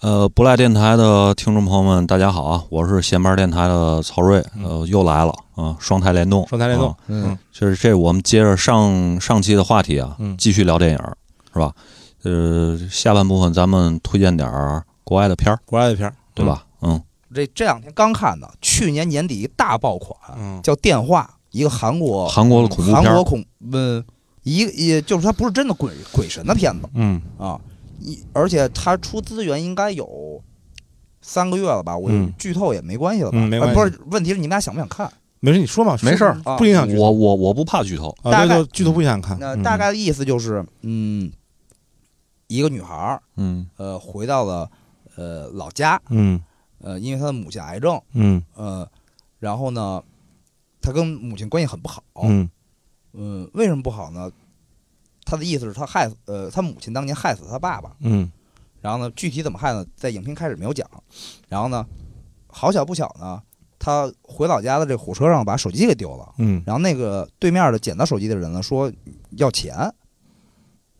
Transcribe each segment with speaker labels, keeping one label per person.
Speaker 1: 呃，不赖电台的听众朋友们，大家好啊！我是闲班电台的曹睿，呃，又来了啊、双台联动，
Speaker 2: 双台联动
Speaker 1: 啊
Speaker 2: 嗯
Speaker 1: 就是这，我们接着上上期的话题啊，
Speaker 2: 嗯
Speaker 1: 继续聊电影儿，是吧？呃，下半部分咱们推荐点儿国外的片儿，
Speaker 2: 国外的片儿，
Speaker 1: 对吧？嗯，
Speaker 3: 这这两天刚看的，去年年底一大爆款，
Speaker 2: 嗯？
Speaker 3: 叫《电话》，一个韩国
Speaker 1: 韩国的恐怖
Speaker 3: 哦韩
Speaker 1: 片
Speaker 3: 国
Speaker 1: 儿，
Speaker 3: 恐呃一个也就是它不是真的鬼鬼神的片子
Speaker 2: 嗯
Speaker 3: 啊，一而且它出资源应该有三个月了吧，我
Speaker 2: 嗯
Speaker 3: 剧透也没关系了吧？
Speaker 2: 嗯没
Speaker 3: 啊
Speaker 2: 关系
Speaker 3: 不是，问题是你们俩想不想看？
Speaker 2: 没事，你说嘛，
Speaker 1: 没事儿
Speaker 2: 说不影响剧透
Speaker 1: 我我我不怕剧透，
Speaker 2: 啊，
Speaker 3: 大
Speaker 2: 这
Speaker 3: 概
Speaker 2: 就剧透不影响看。
Speaker 3: 那
Speaker 2: 嗯
Speaker 3: 大概的意思就是，嗯，一个女孩儿
Speaker 1: 嗯
Speaker 3: 呃回到了呃老家，
Speaker 2: 嗯
Speaker 3: 呃因为她的母亲癌症，
Speaker 2: 嗯
Speaker 3: 呃，然后呢，她跟母亲关系很不好，
Speaker 2: 嗯
Speaker 3: 嗯，为什么不好呢？他的意思是他害死，呃，他母亲当年害死他爸爸，
Speaker 2: 嗯
Speaker 3: 然后呢，具体怎么害呢？在影片开始没有讲。然后呢，好巧不巧呢，他回老家的这火车上把手机给丢了，
Speaker 2: 嗯
Speaker 3: 然后那个对面的捡到手机的人呢说要钱，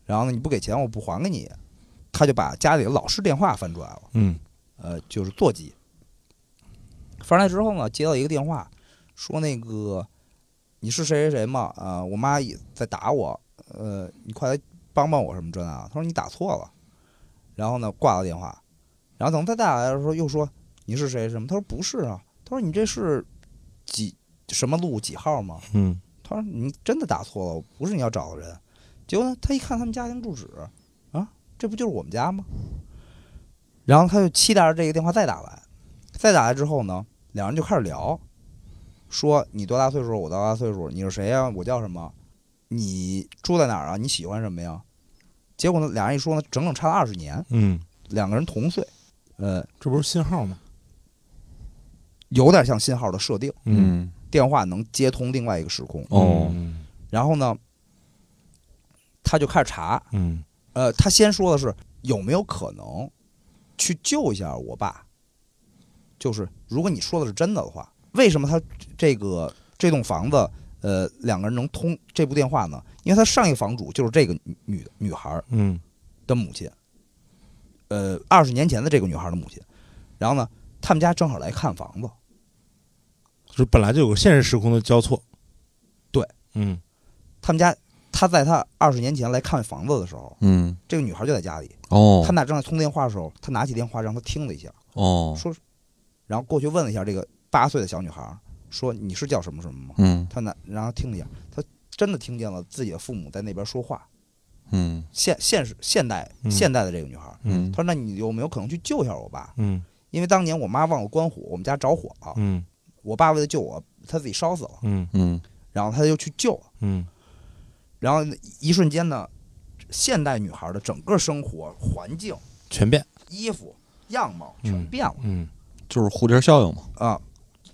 Speaker 3: 然后呢你不给钱我不还给你，他就把家里的老式电话翻出来了，
Speaker 2: 嗯
Speaker 3: 呃，就是座机。翻出来之后呢，接到一个电话，说那个你是谁谁谁吗？啊、我妈也在打我，呃，你快来帮帮我什么这那的。他说你打错了，然后呢挂了电话，然后等他打来的时候又说你是谁什么？他说不是啊，他说你这是几什么路几号吗？
Speaker 2: 嗯
Speaker 3: 他说你真的打错了，我不是你要找的人。结果呢，他一看他们家庭住址，啊，这不就是我们家吗？然后他就期待着这个电话再打来，再打来之后呢，两人就开始聊，说你多大岁数？我多大岁数？你是谁呀、我叫什么？你住在哪儿啊？你喜欢什么呀？结果呢，俩人一说呢，整整差了二十年，
Speaker 2: 嗯，
Speaker 3: 两个人同岁，呃，
Speaker 2: 这不是信号吗？
Speaker 3: 有点像信号的设定，
Speaker 2: 嗯
Speaker 3: 电话能接通另外一个时空。
Speaker 1: 哦
Speaker 2: 嗯
Speaker 3: 然后呢，他就开始查，
Speaker 2: 嗯
Speaker 3: 呃，他先说的是有没有可能去救一下我爸，就是如果你说的是真的的话，为什么他这个这栋房子呃两个人能通这部电话呢？因为他上一个房主就是这个女女女孩儿
Speaker 2: 嗯
Speaker 3: 的母亲，呃，二十年前的这个女孩儿的母亲，然后呢，他们家正好来看房子，
Speaker 2: 就是本来就有个现实时空的交错。
Speaker 3: 对，
Speaker 2: 嗯
Speaker 3: 他们家他在他二十年前来看房子的时候，
Speaker 1: 嗯，
Speaker 3: 这个女孩儿就在家里，他
Speaker 1: 哦
Speaker 3: 们俩正在通电话的时候，他拿起电话让她听了一下。
Speaker 1: 哦，
Speaker 3: 说，然后过去问了一下这个八岁的小女孩儿，说你是叫什么什么吗？
Speaker 1: 嗯
Speaker 3: 她那然后听了一下，她真的听见了自己的父母在那边说话，
Speaker 1: 嗯
Speaker 3: 现现实现代
Speaker 2: 嗯
Speaker 3: 现代的这个女孩儿，
Speaker 1: 嗯
Speaker 3: 她说那你有没有可能去救一下我爸？
Speaker 2: 嗯
Speaker 3: 因为当年我妈忘了关火，我们家着火了，
Speaker 2: 嗯
Speaker 3: 我爸为了救我，他自己烧死了，
Speaker 2: 嗯
Speaker 1: 嗯
Speaker 3: 然后他就去救了，
Speaker 2: 嗯
Speaker 3: 然后一瞬间呢，现代女孩儿的整个生活环境、
Speaker 2: 全变。
Speaker 3: 衣服、样貌全
Speaker 2: 嗯
Speaker 3: 变了、
Speaker 2: 嗯
Speaker 1: 就是蝴蝶效应嘛，
Speaker 3: 啊，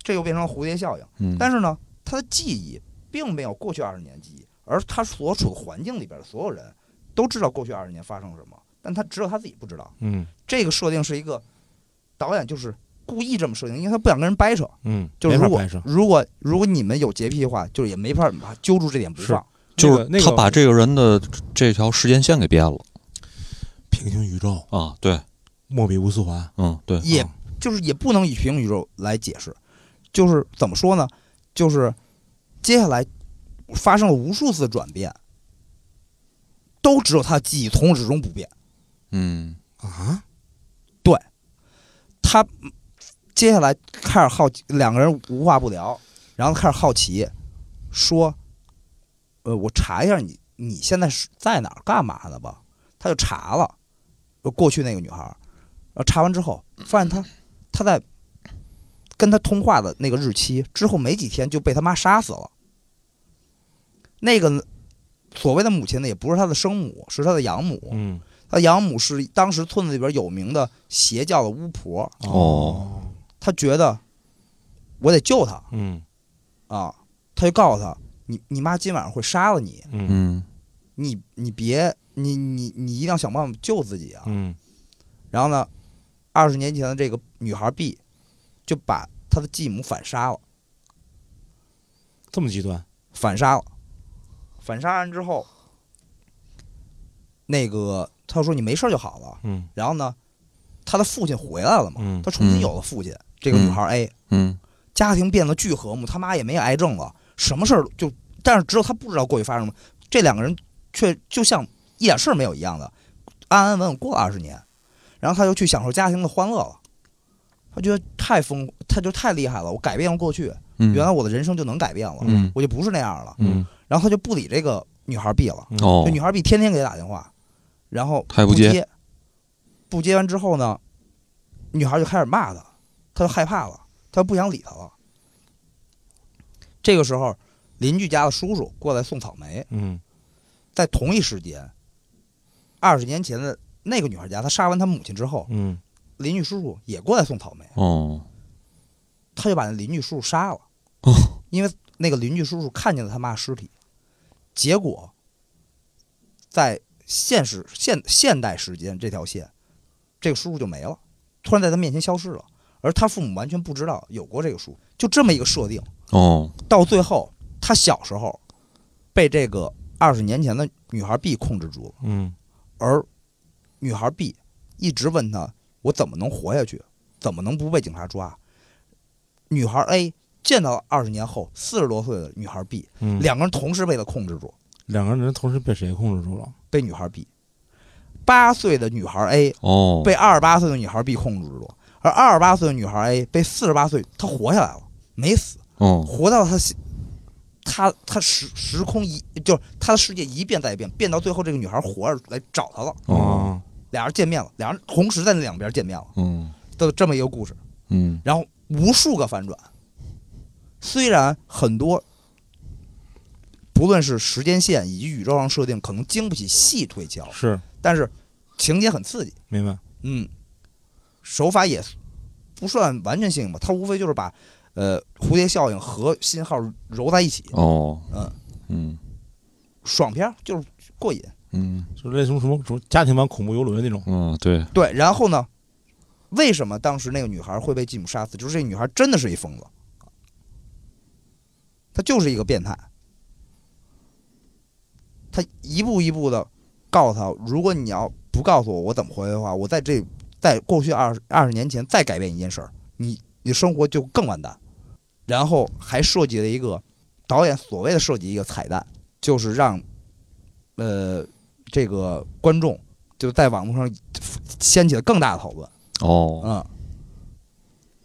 Speaker 3: 这又变成了蝴蝶效应。
Speaker 1: 嗯，
Speaker 3: 但是呢，他的记忆并没有过去二十年记忆，而他所处的环境里边的所有人都知道过去二十年发生了什么，但他只有他自己不知道。
Speaker 2: 嗯
Speaker 3: 这个设定是一个导演就是故意这么设定，因为他不想跟人掰扯。
Speaker 2: 嗯，
Speaker 3: 就是
Speaker 2: 没法
Speaker 3: 如果
Speaker 2: 拍摄。
Speaker 3: 如果如果你们有洁癖的话，就是也没法把揪住这点不放。
Speaker 1: 就是
Speaker 2: 那个
Speaker 1: 他把这个人的这条时间线给变了
Speaker 2: 平行宇宙
Speaker 1: 啊，对，
Speaker 2: 莫比乌斯环，
Speaker 1: 嗯对，
Speaker 3: 也就是也不能以平行宇宙来解释，就是怎么说呢？就是接下来发生了无数次转变，都只有他的记忆从始至终不变。
Speaker 1: 嗯
Speaker 2: 啊，
Speaker 3: 他嗯接下来开始好奇，两个人无话不聊，然后开始好奇，说：“呃，我查一下你你现在是在哪儿干嘛呢吧？”他就查了，呃过去那个女孩儿，然后查完之后发现她她在跟她通话的那个日期之后没几天就被他妈杀死了。那个所谓的母亲呢，也不是她的生母，是她的养母。
Speaker 2: 嗯
Speaker 3: 她养母是当时村子里边有名的邪教的巫婆。
Speaker 1: 哦，
Speaker 3: 他觉得我得救他
Speaker 2: 嗯
Speaker 3: 啊，他就告诉他，你你妈今晚上会杀了你，
Speaker 2: 嗯
Speaker 1: 嗯
Speaker 3: 你你别你你你一定要想办法救自己啊。
Speaker 2: 嗯
Speaker 3: 然后呢，二十年前的这个女孩 B 就把她的继母反杀了，
Speaker 2: 这么极端。
Speaker 3: 反杀了，反杀完之后，那个他说你没事就好了。
Speaker 2: 嗯
Speaker 3: 然后呢，她的父亲回来了嘛，
Speaker 2: 嗯
Speaker 3: 她重新有了父亲。这个女孩 A
Speaker 1: 嗯
Speaker 3: 家庭变得巨和睦，他妈也没有癌症了，什么事儿就，但是只有她不知道过去发生什么。这两个人却就像一点事儿没有一样的，安安稳稳过了二十年，然后她就去享受家庭的欢乐了。她觉得太疯，她就太厉害了，我改变了过去，
Speaker 1: 嗯，
Speaker 3: 原来我的人生就能改变了，
Speaker 1: 嗯
Speaker 3: 我就不是那样了。
Speaker 1: 嗯
Speaker 3: 然后她就不理这个女孩 B
Speaker 2: 嗯
Speaker 3: 了。
Speaker 1: 哦
Speaker 3: 这，女孩 B 天天给他打电话，然后
Speaker 1: 他也不
Speaker 3: 不
Speaker 1: 接
Speaker 3: 接，不接完之后呢，女孩就开始骂他，他就害怕了，他就不想理他了。这个时候，邻居家的叔叔过来送草莓，
Speaker 2: 嗯
Speaker 3: 在同一时间，二十年前的那个女孩家，她杀完她母亲之后，
Speaker 2: 嗯
Speaker 3: 邻居叔叔也过来送草莓，
Speaker 1: 哦
Speaker 3: 他就把那邻居叔叔杀了，
Speaker 1: 哦
Speaker 3: 因为那个邻居叔叔看见了他妈尸体，结果在现实现现代时间这条线，这个叔叔就没了，突然在他面前消失了，而他父母完全不知道有过这个叔，就这么一个设定，
Speaker 1: 哦，
Speaker 3: 到最后他小时候被这个二十年前的女孩 B 控制住了，
Speaker 2: 嗯
Speaker 3: 而女孩 B 一直问他：“我怎么能活下去？怎么能不被警察抓？”女孩 A 见到二十年后四十多岁的女孩 B，
Speaker 2: 嗯，
Speaker 3: 两个人同时被他控制住，
Speaker 2: 两个人同时被谁控制住了？
Speaker 3: 被女孩 B。八岁的女孩 A
Speaker 1: 哦，
Speaker 3: 被二十八岁的女孩 B 控制住，而二十八岁的女孩 A 被四十八岁，她活下来了，没死，
Speaker 1: 哦，
Speaker 3: 活到她心，她她时时空一就是她的世界一变再变，变到最后这个女孩活着来找他了，
Speaker 1: 哦，
Speaker 3: 俩人见面了，俩人同时在那两边见面了。
Speaker 1: 嗯
Speaker 3: 的这么一个故事，
Speaker 1: 嗯
Speaker 3: 然后无数个反转。虽然很多，不论是时间线以及宇宙上设定，可能经不起细推敲，
Speaker 2: 哦是
Speaker 3: 但是情节很刺激，
Speaker 2: 明白。
Speaker 3: 嗯，手法也不算完全新颖吧，它无非就是把呃蝴蝶效应和信号揉在一起，
Speaker 1: 哦，
Speaker 3: 嗯
Speaker 1: 嗯
Speaker 3: 爽片儿就是过瘾。
Speaker 1: 嗯
Speaker 2: 就类似于什么什么家庭版恐怖游轮那种。
Speaker 1: 嗯，对，
Speaker 3: 对，然后呢，为什么当时那个女孩会被继母杀死？就是这女孩真的是一疯子，她就是一个变态。她一步一步的告诉她，如果你要不告诉我我怎么回去的话，我在这在过去二二十年前再改变一件事儿，你你生活就更完蛋。然后还设计了一个导演所谓的设计一个彩蛋，就是让呃这个观众就在网络上掀起了更大的讨论。
Speaker 1: 哦，
Speaker 3: 嗯，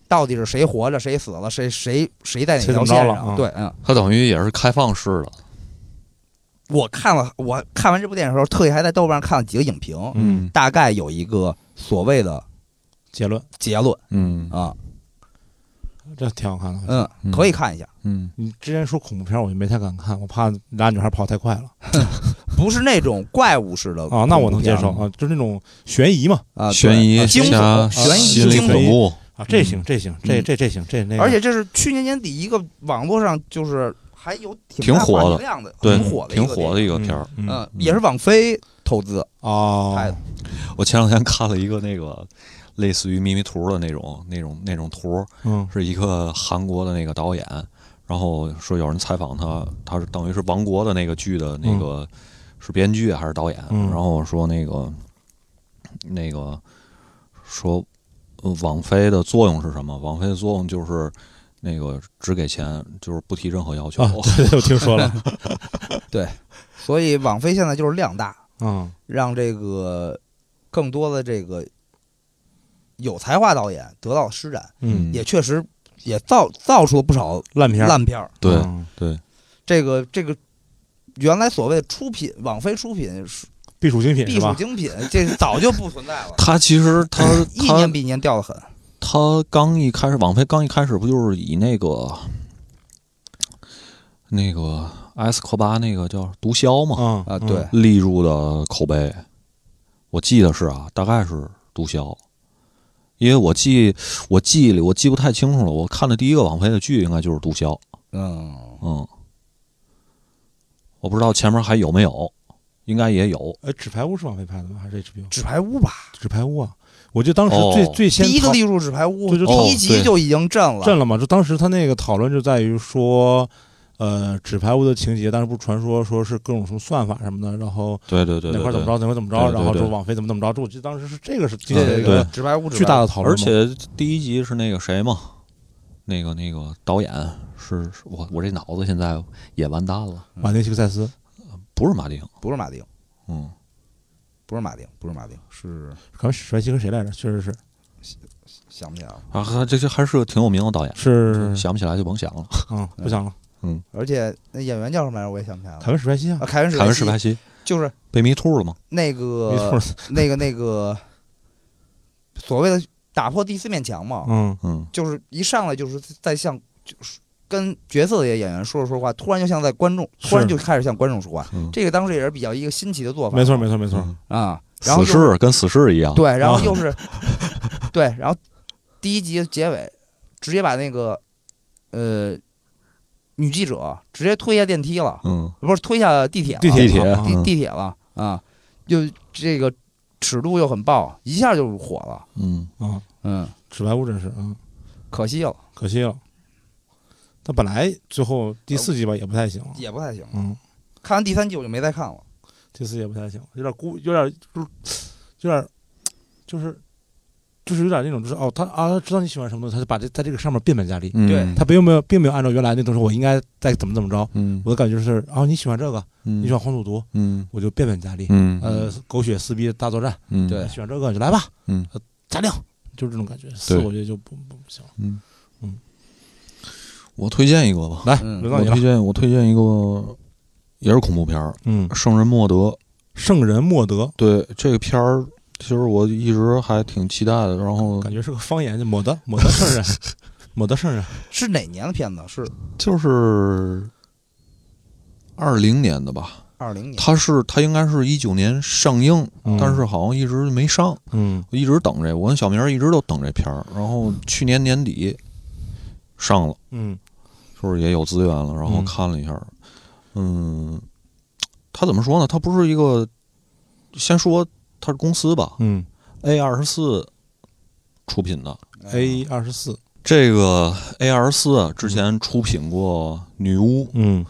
Speaker 3: 到底是谁活着，谁死了，谁谁谁在哪
Speaker 2: 谁怎
Speaker 3: 条
Speaker 2: 么着
Speaker 3: 线
Speaker 2: 了
Speaker 3: 上？
Speaker 2: 啊
Speaker 3: 对，嗯，
Speaker 1: 它等于也是开放式的，
Speaker 3: 我看了，我看完这部电影的时候，特意还在豆瓣上看了几个影评，
Speaker 1: 嗯
Speaker 3: 大概有一个所谓的
Speaker 2: 结论
Speaker 3: 结论
Speaker 1: 嗯
Speaker 3: 啊，
Speaker 2: 这挺好看的。
Speaker 3: 嗯，
Speaker 1: 嗯
Speaker 3: 可以看一下，
Speaker 1: 嗯
Speaker 2: 你之前说恐怖片，我就没太敢看，我怕俩女孩跑太快了
Speaker 3: 不是那种怪物式的
Speaker 2: 啊。那我能接受
Speaker 1: 恐
Speaker 2: 啊，就是那种悬疑嘛
Speaker 3: 啊，对
Speaker 1: 悬疑、
Speaker 3: 惊悚
Speaker 1: 侠、
Speaker 3: 悬疑、
Speaker 1: 心理
Speaker 3: 惊
Speaker 1: 恐
Speaker 3: 悚。
Speaker 1: 怖，
Speaker 2: 啊，这行这行这
Speaker 3: 嗯
Speaker 2: 这这行这那个。
Speaker 3: 而且这是去年年底一个网络上就是还有
Speaker 1: 挺
Speaker 3: 大
Speaker 1: 火
Speaker 3: 话题
Speaker 1: 的
Speaker 3: 量的，
Speaker 1: 对，
Speaker 3: 挺火的，
Speaker 1: 挺火
Speaker 3: 的
Speaker 1: 的
Speaker 3: 一
Speaker 1: 一
Speaker 2: 这
Speaker 1: 个片儿。
Speaker 3: 个电影，
Speaker 2: 嗯
Speaker 3: 嗯，也是网飞投资
Speaker 2: 哦
Speaker 3: 拍的，
Speaker 1: 我前两天看了一个那个类似于迷迷图的那种、那种、那种图，
Speaker 2: 嗯
Speaker 1: 是一个韩国的那个导演，然后说有人采访他，他是等于是《王国》的那个剧的那个、是编剧还是导演？
Speaker 2: 嗯
Speaker 1: 然后说那个那个说呃网飞的作用是什么？网飞的作用就是那个只给钱，就是不提任何要求。
Speaker 2: 啊，对对，我听说了。
Speaker 3: 所以网飞现在就是量大，
Speaker 2: 嗯
Speaker 3: 让这个更多的这个有才华导演得到施展，
Speaker 2: 嗯，
Speaker 3: 也确实也造造出了不少
Speaker 2: 烂片儿
Speaker 3: 烂片儿。
Speaker 1: 对、
Speaker 2: 嗯
Speaker 1: 对，。
Speaker 3: 这个这个原来所谓出品，网飞出品是
Speaker 2: 避暑精品
Speaker 3: 必
Speaker 2: 是
Speaker 3: 属
Speaker 2: 吧？
Speaker 3: 精品，这早就不存在了
Speaker 1: 他其实他
Speaker 3: 一年
Speaker 1: 他
Speaker 3: 比一年掉的很，
Speaker 1: 他刚一开始，网飞刚一开始不就是以那个那个埃斯科巴那个叫毒枭嘛？
Speaker 2: 嗯
Speaker 3: 啊
Speaker 2: 嗯
Speaker 3: 对
Speaker 1: 立入的口碑，我记得是啊，大概是毒枭，因为我记我记忆里我记不太清楚了。我看的第一个网飞的剧应该就是毒枭，
Speaker 3: 嗯，
Speaker 1: 嗯，我不知道前面还有没有，应该也有。
Speaker 2: 呃，纸牌屋是网飞拍的吗？还是 HBO？
Speaker 3: 纸牌屋吧，
Speaker 2: 纸牌屋啊，我就当时
Speaker 1: 哦
Speaker 2: 最最先
Speaker 3: 第一个
Speaker 2: 讨
Speaker 3: 例入纸牌屋，
Speaker 2: 对就
Speaker 3: 第一
Speaker 1: 哦对
Speaker 3: 集就已经震了，
Speaker 2: 震了嘛，就当时他那个讨论就在于说，呃纸牌屋的情节，当时不是传说说是各种什么算法什么的，然后
Speaker 1: 对对对
Speaker 2: 哪
Speaker 1: 对
Speaker 2: 块怎么
Speaker 1: 对。
Speaker 2: 着哪块怎么
Speaker 1: 对
Speaker 2: 着，
Speaker 1: 对
Speaker 2: 然后
Speaker 1: 对
Speaker 2: 说网飞怎么怎么着，这我记得当时是这个是进
Speaker 1: 对
Speaker 2: 行
Speaker 1: 对
Speaker 2: 了
Speaker 1: 对
Speaker 2: 一个
Speaker 3: 直白无纸
Speaker 2: 巨大的讨论
Speaker 1: 而
Speaker 2: 嘛，
Speaker 1: 且第一集是那个谁嘛，那个那个导演是是我我这脑子现在也完蛋了，
Speaker 2: 马丁·西克塞斯
Speaker 1: 不是马丁，
Speaker 3: 不是马丁，
Speaker 1: 嗯，
Speaker 3: 不是马丁，不是马丁，是
Speaker 2: 可能甩西和谁来着？确实是
Speaker 3: 想不起来了。
Speaker 1: 啊，还这这还是个挺有名的导演，
Speaker 2: 是
Speaker 1: 想不起来就甭想了。
Speaker 2: 嗯，不想了，
Speaker 3: 而且那演员叫什么来着？我也想不起来
Speaker 2: 凯文
Speaker 3: 了。
Speaker 2: ·史派西啊
Speaker 3: 啊，，凯文史
Speaker 1: 凯文
Speaker 3: 派
Speaker 1: ·史
Speaker 3: 西
Speaker 1: 派西
Speaker 3: 就是
Speaker 1: 被迷兔了吗？呃
Speaker 2: 没
Speaker 3: 那个
Speaker 2: 错，
Speaker 1: 啊
Speaker 3: 那个那个所谓的打破第四面墙嘛，
Speaker 2: 嗯，
Speaker 1: 嗯，
Speaker 3: 就是一上来就是在向就是跟角色里的演员说着说话，突然就像在观众，
Speaker 2: 是
Speaker 3: 突然就开始向观众说话。
Speaker 1: 嗯
Speaker 3: 这个当时也是比较一个新奇的做法，
Speaker 2: 没错没错没错，
Speaker 1: 嗯
Speaker 3: 啊。然后
Speaker 1: 死
Speaker 3: 又是
Speaker 1: 侍跟死侍一样，
Speaker 3: 对，然后
Speaker 2: 啊
Speaker 3: 又是、 对，然后第一集结尾直接把那个呃女记者直接推下电梯了，
Speaker 1: 嗯，
Speaker 3: 不是推下地铁了，
Speaker 2: 地
Speaker 1: 地
Speaker 2: 铁
Speaker 1: 铁
Speaker 2: 啊
Speaker 3: 地
Speaker 1: 嗯
Speaker 3: 地铁了啊，又这个尺度又很爆，一下就火了，
Speaker 1: 嗯，
Speaker 2: 啊，
Speaker 3: 嗯，
Speaker 2: 纸牌屋真是嗯，
Speaker 3: 可惜了，
Speaker 2: 可惜了。他本来最后第四季吧也不太行，
Speaker 3: 也不太行。
Speaker 2: 嗯，
Speaker 3: 看完第三季我就没再看了，
Speaker 2: 第四季也不太行，有点孤，有点就是有点就是就是有点那种就是哦，他啊他知道你喜欢什么东西，他就把这在这个上面变本加厉，
Speaker 1: 嗯
Speaker 3: 对
Speaker 2: 他并没有并没有按照原来那东西我应该再怎么怎么着，
Speaker 1: 嗯
Speaker 2: 我的感觉是哦你喜欢这个，
Speaker 1: 嗯
Speaker 2: 你喜欢黄赌毒，
Speaker 1: 嗯
Speaker 2: 我就变本加厉，
Speaker 1: 嗯
Speaker 2: 呃狗血撕逼大作战，
Speaker 1: 嗯
Speaker 3: 对
Speaker 2: 喜欢这个就来吧，
Speaker 1: 嗯
Speaker 2: 呃，加量，就是这种感觉。四
Speaker 1: 对
Speaker 2: 我觉得就不不不行了，
Speaker 1: 嗯
Speaker 2: 嗯，
Speaker 1: 我推荐一个吧，
Speaker 2: 来
Speaker 3: 嗯
Speaker 2: 轮
Speaker 1: 我
Speaker 2: 到哎你了
Speaker 1: 推，荐我推荐一个也是恐怖片儿，
Speaker 2: 嗯
Speaker 1: 《圣人莫德》。
Speaker 2: 圣人莫德，
Speaker 1: 对这个片儿，其实我一直还挺期待的。然后
Speaker 2: 感觉是个方言，就抹德抹 德圣人，抹德圣人，
Speaker 3: 是哪年的片子？是
Speaker 1: 就是二零年的吧，
Speaker 3: 二零年。
Speaker 1: 它是它应该是一九年上映，
Speaker 2: 嗯
Speaker 1: 但是好像一直没上，
Speaker 2: 嗯
Speaker 1: 我一直等这，我跟小明儿一直都等这片儿。然后去年年底上了，
Speaker 2: 嗯
Speaker 1: 就是也有资源了，然后
Speaker 2: 嗯
Speaker 1: 看了一下，嗯，它怎么说呢？它不是一个，先说它是公司吧
Speaker 2: 嗯
Speaker 1: ，A 二十四出品的。
Speaker 2: ，A 二十四，
Speaker 1: 这个 A 二四啊之前出品过《女巫》
Speaker 2: 嗯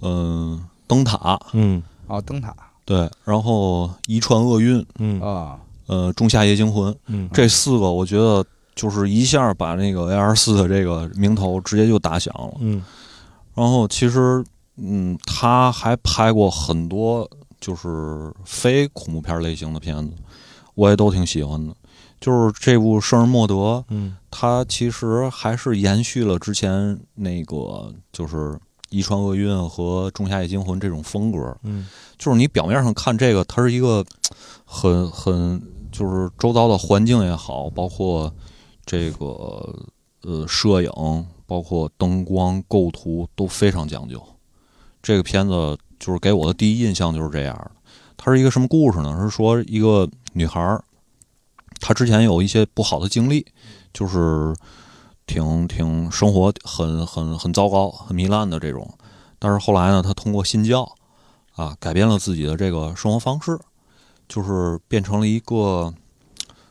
Speaker 1: 嗯，《灯塔》
Speaker 2: 嗯
Speaker 3: 哦，灯塔
Speaker 1: 对，然后《遗传厄运》
Speaker 2: 嗯
Speaker 3: 啊，
Speaker 1: 呃，《仲夏夜惊魂》
Speaker 2: 嗯
Speaker 1: 这四个，我觉得就是一下把那个 A 二四的这个名头直接就打响了。
Speaker 2: 嗯
Speaker 1: 然后其实，嗯，他还拍过很多就是非恐怖片类型的片子，我也都挺喜欢的。就是这部《圣人莫德》，
Speaker 2: 嗯
Speaker 1: 它其实还是延续了之前那个就是《遗传厄运》和《仲夏夜惊魂》这种风格，
Speaker 2: 嗯
Speaker 1: 就是你表面上看这个，它是一个很很就是周遭的环境也好，包括这个呃摄影，包括灯光构图都非常讲究。这个片子就是给我的第一印象就是这样的。它是一个什么故事呢？是说一个女孩儿，她之前有一些不好的经历，就是挺挺生活很很很糟糕、很糜烂的这种。但是后来呢，她通过信教啊，改变了自己的这个生活方式，就是变成了一个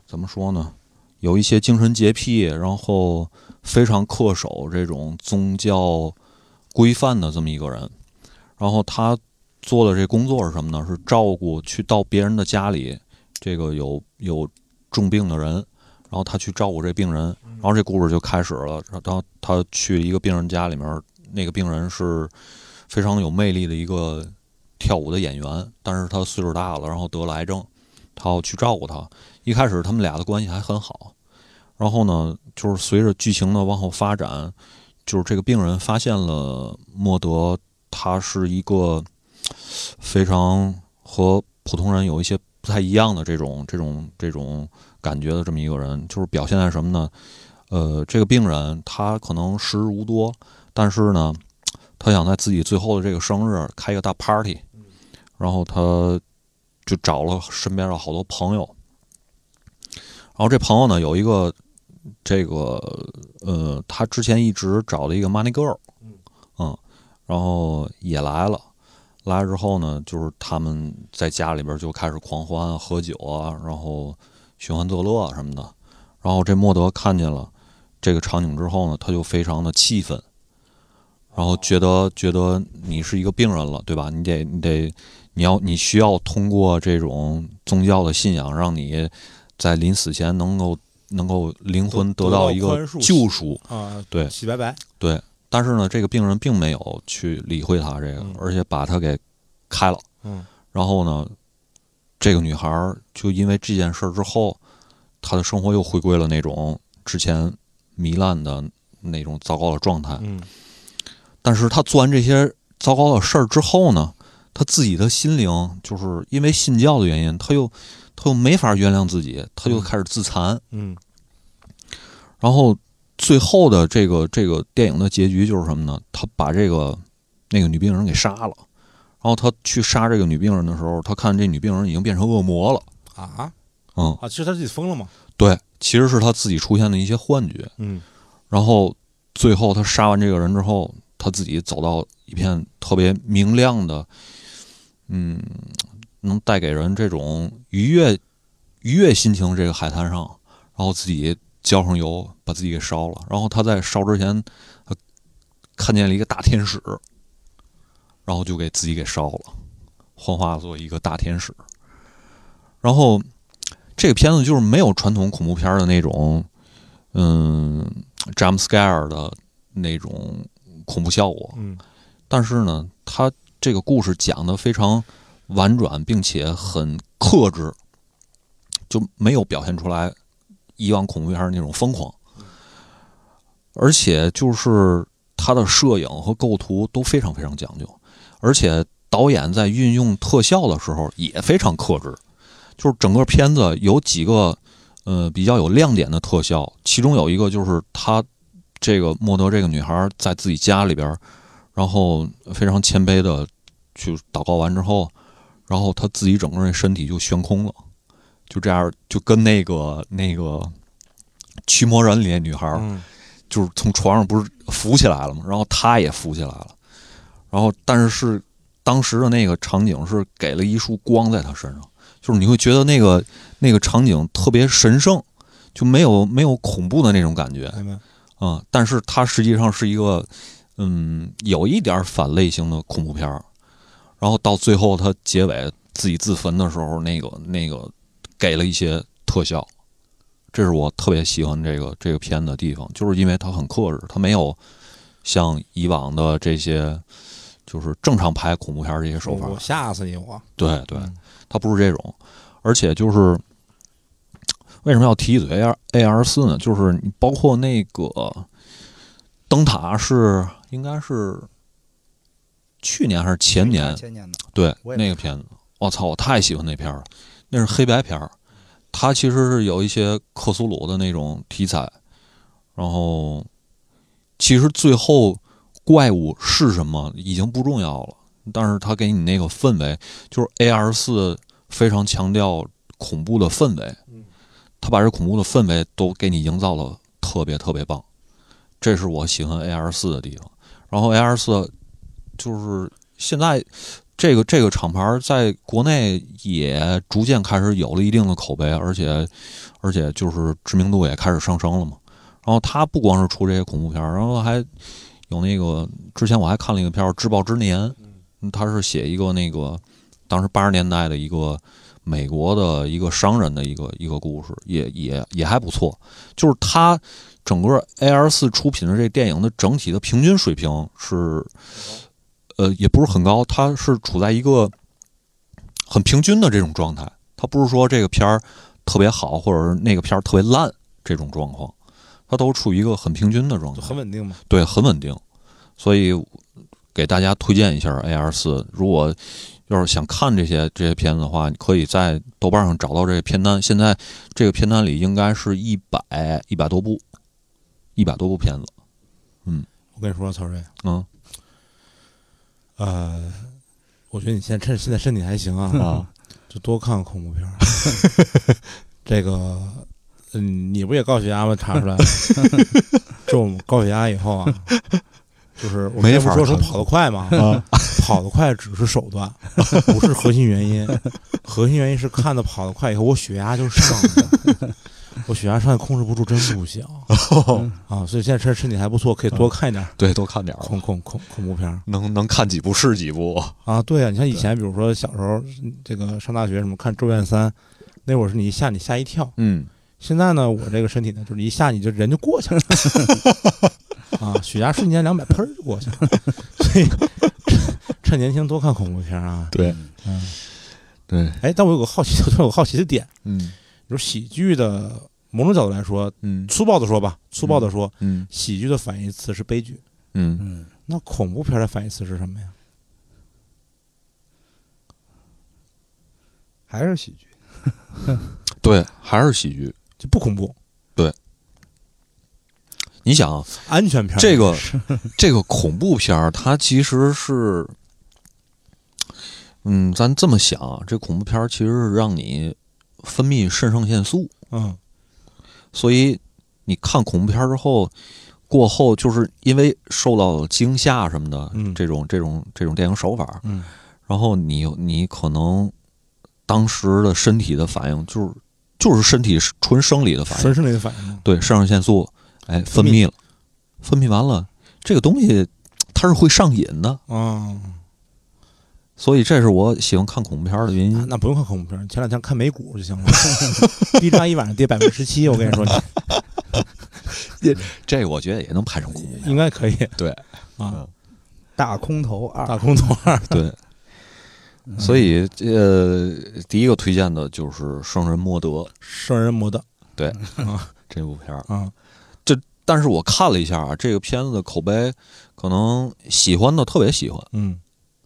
Speaker 1: 怎么说呢？有一些精神洁癖，然后非常恪守这种宗教规范的这么一个人。然后他做的这工作是什么呢？是照顾去到别人的家里，这个有有重病的人，然后他去照顾这病人，然后这故事就开始了。然后他去一个病人家里面，那个病人是非常有魅力的一个跳舞的演员，但是他岁数大了，然后得了癌症，他要去照顾他。一开始他们俩的关系还很好，然后呢，就是随着剧情的往后发展，就是这个病人发现了莫德，他是一个非常和普通人有一些不太一样的这种这种这种感觉的这么一个人，就是表现在什么呢？呃，这个病人他可能时日无多，但是呢，他想在自己最后的这个生日开一个大 party，然后他就找了身边的好多朋友，然后这朋友呢有一个这个呃，他之前一直找的一个 money girl，嗯，然后也来了。来了之后呢，就是他们在家里边就开始狂欢、喝酒啊，然后寻欢作乐啊什么的。然后这莫德看见了这个场景之后呢，他就非常的气愤，然后觉得觉得你是一个病人了，对吧？你得你得你要你需要通过这种宗教的信仰，让你在临死前能够能够灵魂
Speaker 2: 得
Speaker 1: 得
Speaker 2: 到
Speaker 1: 到一
Speaker 2: 宽
Speaker 1: 个
Speaker 2: 恕
Speaker 1: 救赎。
Speaker 2: 啊，
Speaker 1: 对
Speaker 2: 洗白白，
Speaker 1: 对，但是呢，这个病人并没有去理会他这个
Speaker 2: 嗯，
Speaker 1: 而且把他给开了。
Speaker 2: 嗯
Speaker 1: 然后呢，这个女孩儿就因为这件事儿之后，她的生活又回归了那种之前糜烂的那种糟糕的状态。
Speaker 2: 嗯
Speaker 1: 但是她做完这些糟糕的事儿之后呢，她自己的心灵就是因为信教的原因，她又她又没法原谅自己，她就开始自残。
Speaker 2: 嗯
Speaker 1: 然后最后的这个这个电影的结局就是什么呢？他把这个那个女病人给杀了。然后他去杀这个女病人的时候，他看这女病人已经变成恶魔了。
Speaker 2: 啊
Speaker 1: 嗯，
Speaker 2: 啊，其实他自己疯了嘛，
Speaker 1: 对，其实是他自己出现的一些幻觉。
Speaker 2: 嗯
Speaker 1: 然后最后他杀完这个人之后，他自己走到一片特别明亮的，嗯，能带给人这种愉悦愉悦心情这个海滩上，然后自己浇上油，把自己给烧了。然后他在烧之前，他看见了一个大天使，然后就给自己给烧了，幻化作一个大天使。然后这个片子就是没有传统恐怖片的那种，嗯，jump scare 的那种恐怖效果，
Speaker 2: 嗯
Speaker 1: 但是呢，他这个故事讲的非常婉转，并且很克制，就没有表现出来以往恐怖片儿那种疯狂，而且就是他的摄影和构图都非常非常讲究，而且导演在运用特效的时候也非常克制，就是整个片子有几个呃比较有亮点的特效，其中有一个就是他这个莫德这个女孩儿在自己家里边儿。然后非常谦卑的去祷告完之后，然后他自己整个人身体就悬空了，就这样就跟那个那个驱魔人里那女孩儿，
Speaker 2: 嗯
Speaker 1: 就是从床上不是浮起来了吗？然后她也浮起来了，然后但是是当时的那个场景是给了一束光在她身上，就是你会觉得那个那个场景特别神圣，就没有没有恐怖的那种感觉。
Speaker 2: 哎明白，
Speaker 1: 嗯，但是它实际上是一个，嗯，有一点反类型的恐怖片儿。然后到最后，它结尾自己自焚的时候，那个那个给了一些特效，这是我特别喜欢这个这个片的地方，就是因为它很克制，它没有像以往的这些就是正常拍恐怖片儿这些手法。
Speaker 2: 我吓死你我，
Speaker 1: 对对
Speaker 2: 嗯，
Speaker 1: 它不是这种，而且就是为什么要提一嘴 AR AR 四呢？就是你包括那个灯塔是应该是去年还是前年？
Speaker 3: 啊前年的，
Speaker 1: 对，
Speaker 3: 我也
Speaker 1: 那个片子，我操，我太喜欢那片儿了，那是黑白片儿，它其实是有一些克苏鲁的那种题材，然后其实最后怪物是什么已经不重要了，但是它给你那个氛围，就是 A R 四非常强调恐怖的氛围
Speaker 2: 嗯，
Speaker 1: 它把这恐怖的氛围都给你营造的特别特别棒，这是我喜欢 A R 四的地方。然后 A R 四就是现在这个这个厂牌在国内也逐渐开始有了一定的口碑，而且而且就是知名度也开始上升了嘛。然后他不光是出这些恐怖片儿，然后还有那个之前我还看了一个片儿《自暴之年》，嗯他是写一个那个当时八十年代的一个美国的一个商人的一个一个故事，也也也还不错。就是他整个 A R 四出品的这电影的整体的平均水平是，呃，也不是很高，它是处在一个很平均的这种状态。它不是说这个片儿特别好，或者是那个片儿特别烂这种状况，它都处于一个很平均的状态
Speaker 2: 就。很稳定嘛，
Speaker 1: 对，很稳定。所以给大家推荐一下 AR 四，如果要是想看这些这些片子的话，你可以在豆瓣上找到这个片单。现在这个片单里应该是一百一百多部，一百多部片子。
Speaker 2: 我跟你说，曹睿，
Speaker 1: 嗯
Speaker 2: 呃，我觉得你现在趁现在身体还行啊，
Speaker 1: 啊，
Speaker 2: 就多看看恐怖片儿。 这个，嗯，你不也高血压吗？查出 来，这种高血压以后啊，就是我
Speaker 1: 没
Speaker 2: 们不
Speaker 1: 法
Speaker 2: 说说
Speaker 1: 看啊
Speaker 2: 跑得快嘛，跑得快只是手段，不是核心原因。核心原因是看的跑得快以后，我血压就上来了。我血压上控制不住，真不行
Speaker 1: 哦
Speaker 2: 啊！所以现在身身体还不错，可以
Speaker 1: 啊
Speaker 2: 多看一点
Speaker 1: 对，多看点儿吧，
Speaker 2: 恐恐恐恐怖片儿
Speaker 1: 能能看几部是几部。
Speaker 2: 啊。对啊，你像以前，比如说小时候这个上大学什么看《咒怨三》，那会儿是你一吓你吓一跳，
Speaker 1: 嗯，
Speaker 2: 现在呢，我这个身体呢，就是一下你就人就过去了， 啊，血压瞬间两百喷儿就过去了， 所以趁趁年轻多看恐怖片儿啊。
Speaker 1: 对
Speaker 2: 嗯，
Speaker 1: 对，
Speaker 2: 哎，但我有个好奇， 就是有个好奇的点，
Speaker 1: 嗯
Speaker 2: 你说喜剧的某种角度来说，
Speaker 1: 嗯
Speaker 2: 粗暴的说吧，粗暴的说，
Speaker 1: 嗯
Speaker 2: 喜剧的反义词是悲剧，
Speaker 1: 嗯，
Speaker 3: 嗯，
Speaker 2: 那恐怖片儿的反义词是什么呀？
Speaker 3: 还是喜剧。
Speaker 1: 对，还是喜剧。
Speaker 2: 就不恐怖，
Speaker 1: 你想啊，
Speaker 2: 安全片儿。
Speaker 1: 这个这个恐怖片儿，它其实是，嗯，咱这么想啊，这恐怖片儿其实是让你分泌肾上腺素，
Speaker 2: 嗯
Speaker 1: 所以你看恐怖片儿之后，过后就是因为受到惊吓什么的、
Speaker 2: 嗯
Speaker 1: 这种这种这种电影手法，
Speaker 2: 嗯
Speaker 1: 然后你你可能当时的身体的反应就是就是身体是纯生理的反应，
Speaker 2: 纯生理的反应吗？
Speaker 1: 对，肾上腺素哎分泌了，分泌完了，这个东西它是会上瘾的，
Speaker 2: 嗯
Speaker 1: 所以这是我喜欢看恐怖片儿的原
Speaker 2: 啊，
Speaker 1: 因。
Speaker 2: 那不用看恐怖片儿，前两天看美股就行了。B 站一晚上跌百分之十七，我跟你说，
Speaker 1: 这个我觉得也能拍成恐怖 片
Speaker 2: 应
Speaker 1: 儿。
Speaker 2: 该可以
Speaker 1: 对
Speaker 2: 啊。
Speaker 3: 大空头二，
Speaker 2: 大空头二，
Speaker 1: 对， 所以呃，第一个推荐的就是《圣人莫德》
Speaker 2: 圣人魔的
Speaker 1: 这部片儿。
Speaker 2: 啊，
Speaker 1: 但是我看了一下啊，这个片子的口碑，可能喜欢的特别喜欢，
Speaker 2: 嗯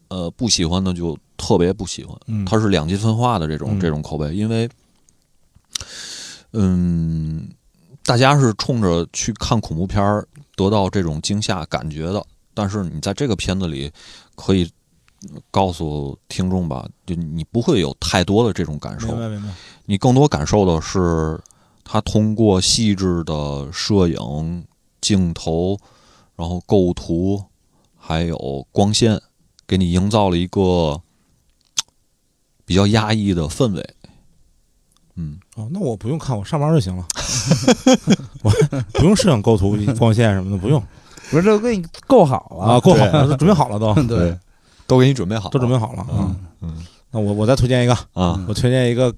Speaker 1: 呃，不喜欢的就特别不喜欢。
Speaker 2: 嗯，
Speaker 1: 它是两极分化的这种
Speaker 2: 嗯
Speaker 1: 这种口碑，因为，嗯，大家是冲着去看恐怖片儿得到这种惊吓感觉的，但是你在这个片子里可以呃告诉听众吧，就你不会有太多的这种感受
Speaker 2: 明，白明白，
Speaker 1: 你更多感受的是他通过细致的摄影、镜头，然后构图，还有光线，给你营造了一个比较压抑的氛围。嗯，
Speaker 2: 哦，那我不用看，我上班就行了， 我不用摄影构图、光线什么的，不用
Speaker 3: 不是这都给你够好
Speaker 2: 啊，
Speaker 3: 了。
Speaker 2: 够好了，都准备好了都，
Speaker 3: 对，
Speaker 1: 都给你准备好了，
Speaker 2: 都准备好了啊。
Speaker 3: 嗯，
Speaker 1: 嗯
Speaker 2: 那我我再推荐一个，
Speaker 1: 啊，
Speaker 2: 我推荐一个，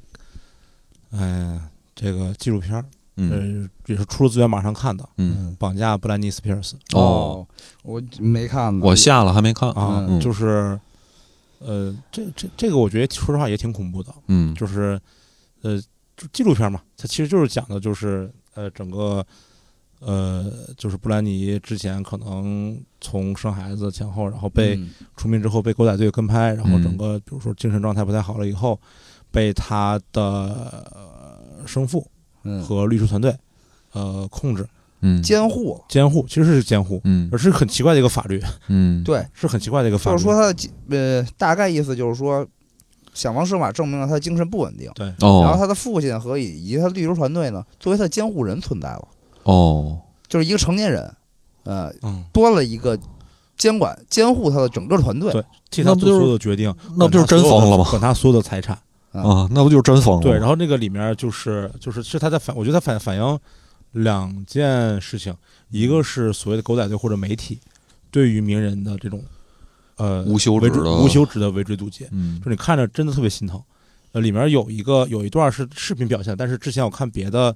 Speaker 2: 哎，这个纪录片儿，
Speaker 1: 嗯
Speaker 2: 呃，也是出了资源马上看的，
Speaker 1: 嗯，
Speaker 2: 《绑架布兰妮斯皮尔斯
Speaker 1: 哦，，
Speaker 3: 我没看呢。
Speaker 1: 我下了还没看》
Speaker 2: 嗯啊，
Speaker 1: 嗯
Speaker 2: 就是，呃，这这这个我觉得说实话也挺恐怖的，
Speaker 1: 嗯
Speaker 2: 就是，呃，就纪录片嘛，它其实就是讲的就是呃整个，呃，就是布兰妮之前可能从生孩子前后，然后被
Speaker 3: 嗯
Speaker 2: 出名之后被狗仔队跟拍，然后
Speaker 1: 嗯
Speaker 2: 整个比如说精神状态不太好了以后，被他的呃生父
Speaker 3: 嗯
Speaker 2: 和律师团队呃控制
Speaker 1: 嗯
Speaker 3: 监护，
Speaker 2: 监护，其实是监护。
Speaker 1: 嗯
Speaker 2: 而是很奇怪的一个法律，
Speaker 1: 嗯，
Speaker 3: 对，
Speaker 2: 是很奇怪的一个法
Speaker 3: 就
Speaker 2: 律。
Speaker 3: 是说他的精呃大概意思就是说，想方设法证明了他精神不稳定。
Speaker 2: 对，
Speaker 3: 然后
Speaker 1: 哦
Speaker 3: 他的父亲和以及他律师团队呢，作为他的监护人存在了，
Speaker 1: 哦，
Speaker 3: 就是一个成年人，呃，
Speaker 2: 嗯，
Speaker 3: 多了一个监管监护他的整个团队。
Speaker 2: 对替他
Speaker 1: 那不
Speaker 2: 做
Speaker 1: 就是
Speaker 2: 所有的决定，
Speaker 1: 那不就是真疯了吗？
Speaker 2: 管他所有的财产。
Speaker 1: 啊，那不就是真疯了吗？
Speaker 2: 对，然后那个里面就是就是是他在反，我觉得他反反映两件事情，一
Speaker 1: 嗯
Speaker 2: 个是所谓的狗仔队或者媒体对于名人的这种呃
Speaker 1: 无休
Speaker 2: 为
Speaker 1: 止的
Speaker 2: 无休止的围追堵截，
Speaker 1: 嗯
Speaker 2: 就你看着真的特别心疼。呃，里面有一个有一段是视频表现，但是之前我看别的，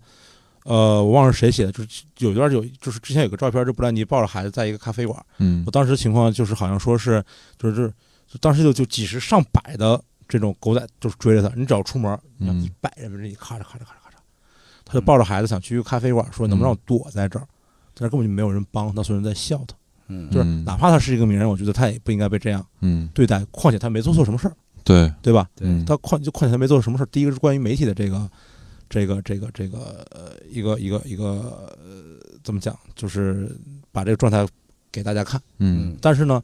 Speaker 2: 呃，我忘了是谁写的，就是有一段有就是之前有个照片，就布兰妮抱着孩子在一个咖啡馆。
Speaker 1: 嗯
Speaker 2: 我当时情况就是好像说是就是就是就当时就就几十上百的这种狗仔就是追着他，你只要出门，你像
Speaker 1: 嗯
Speaker 2: 一百人围着你，咔嚓咔嚓咔嚓咔嚓，他就抱着孩子想去一个咖啡馆，说能不能让
Speaker 1: 嗯
Speaker 2: 我躲在这儿，但是根本就没有人帮他，所有人在笑他，
Speaker 3: 嗯
Speaker 2: 就是
Speaker 1: 嗯
Speaker 2: 哪怕他是一个名人，我觉得他也不应该被这样
Speaker 1: 嗯，
Speaker 2: 对待，况且他没做错什么事儿，
Speaker 1: 对，
Speaker 2: 对吧？
Speaker 1: 嗯
Speaker 2: 他况就况且他没做什么事儿，第一个是关于媒体的这个。这个这个这个呃，一个一个一个、呃，怎么讲？就是把这个状态给大家看。
Speaker 1: 嗯
Speaker 2: 但是呢，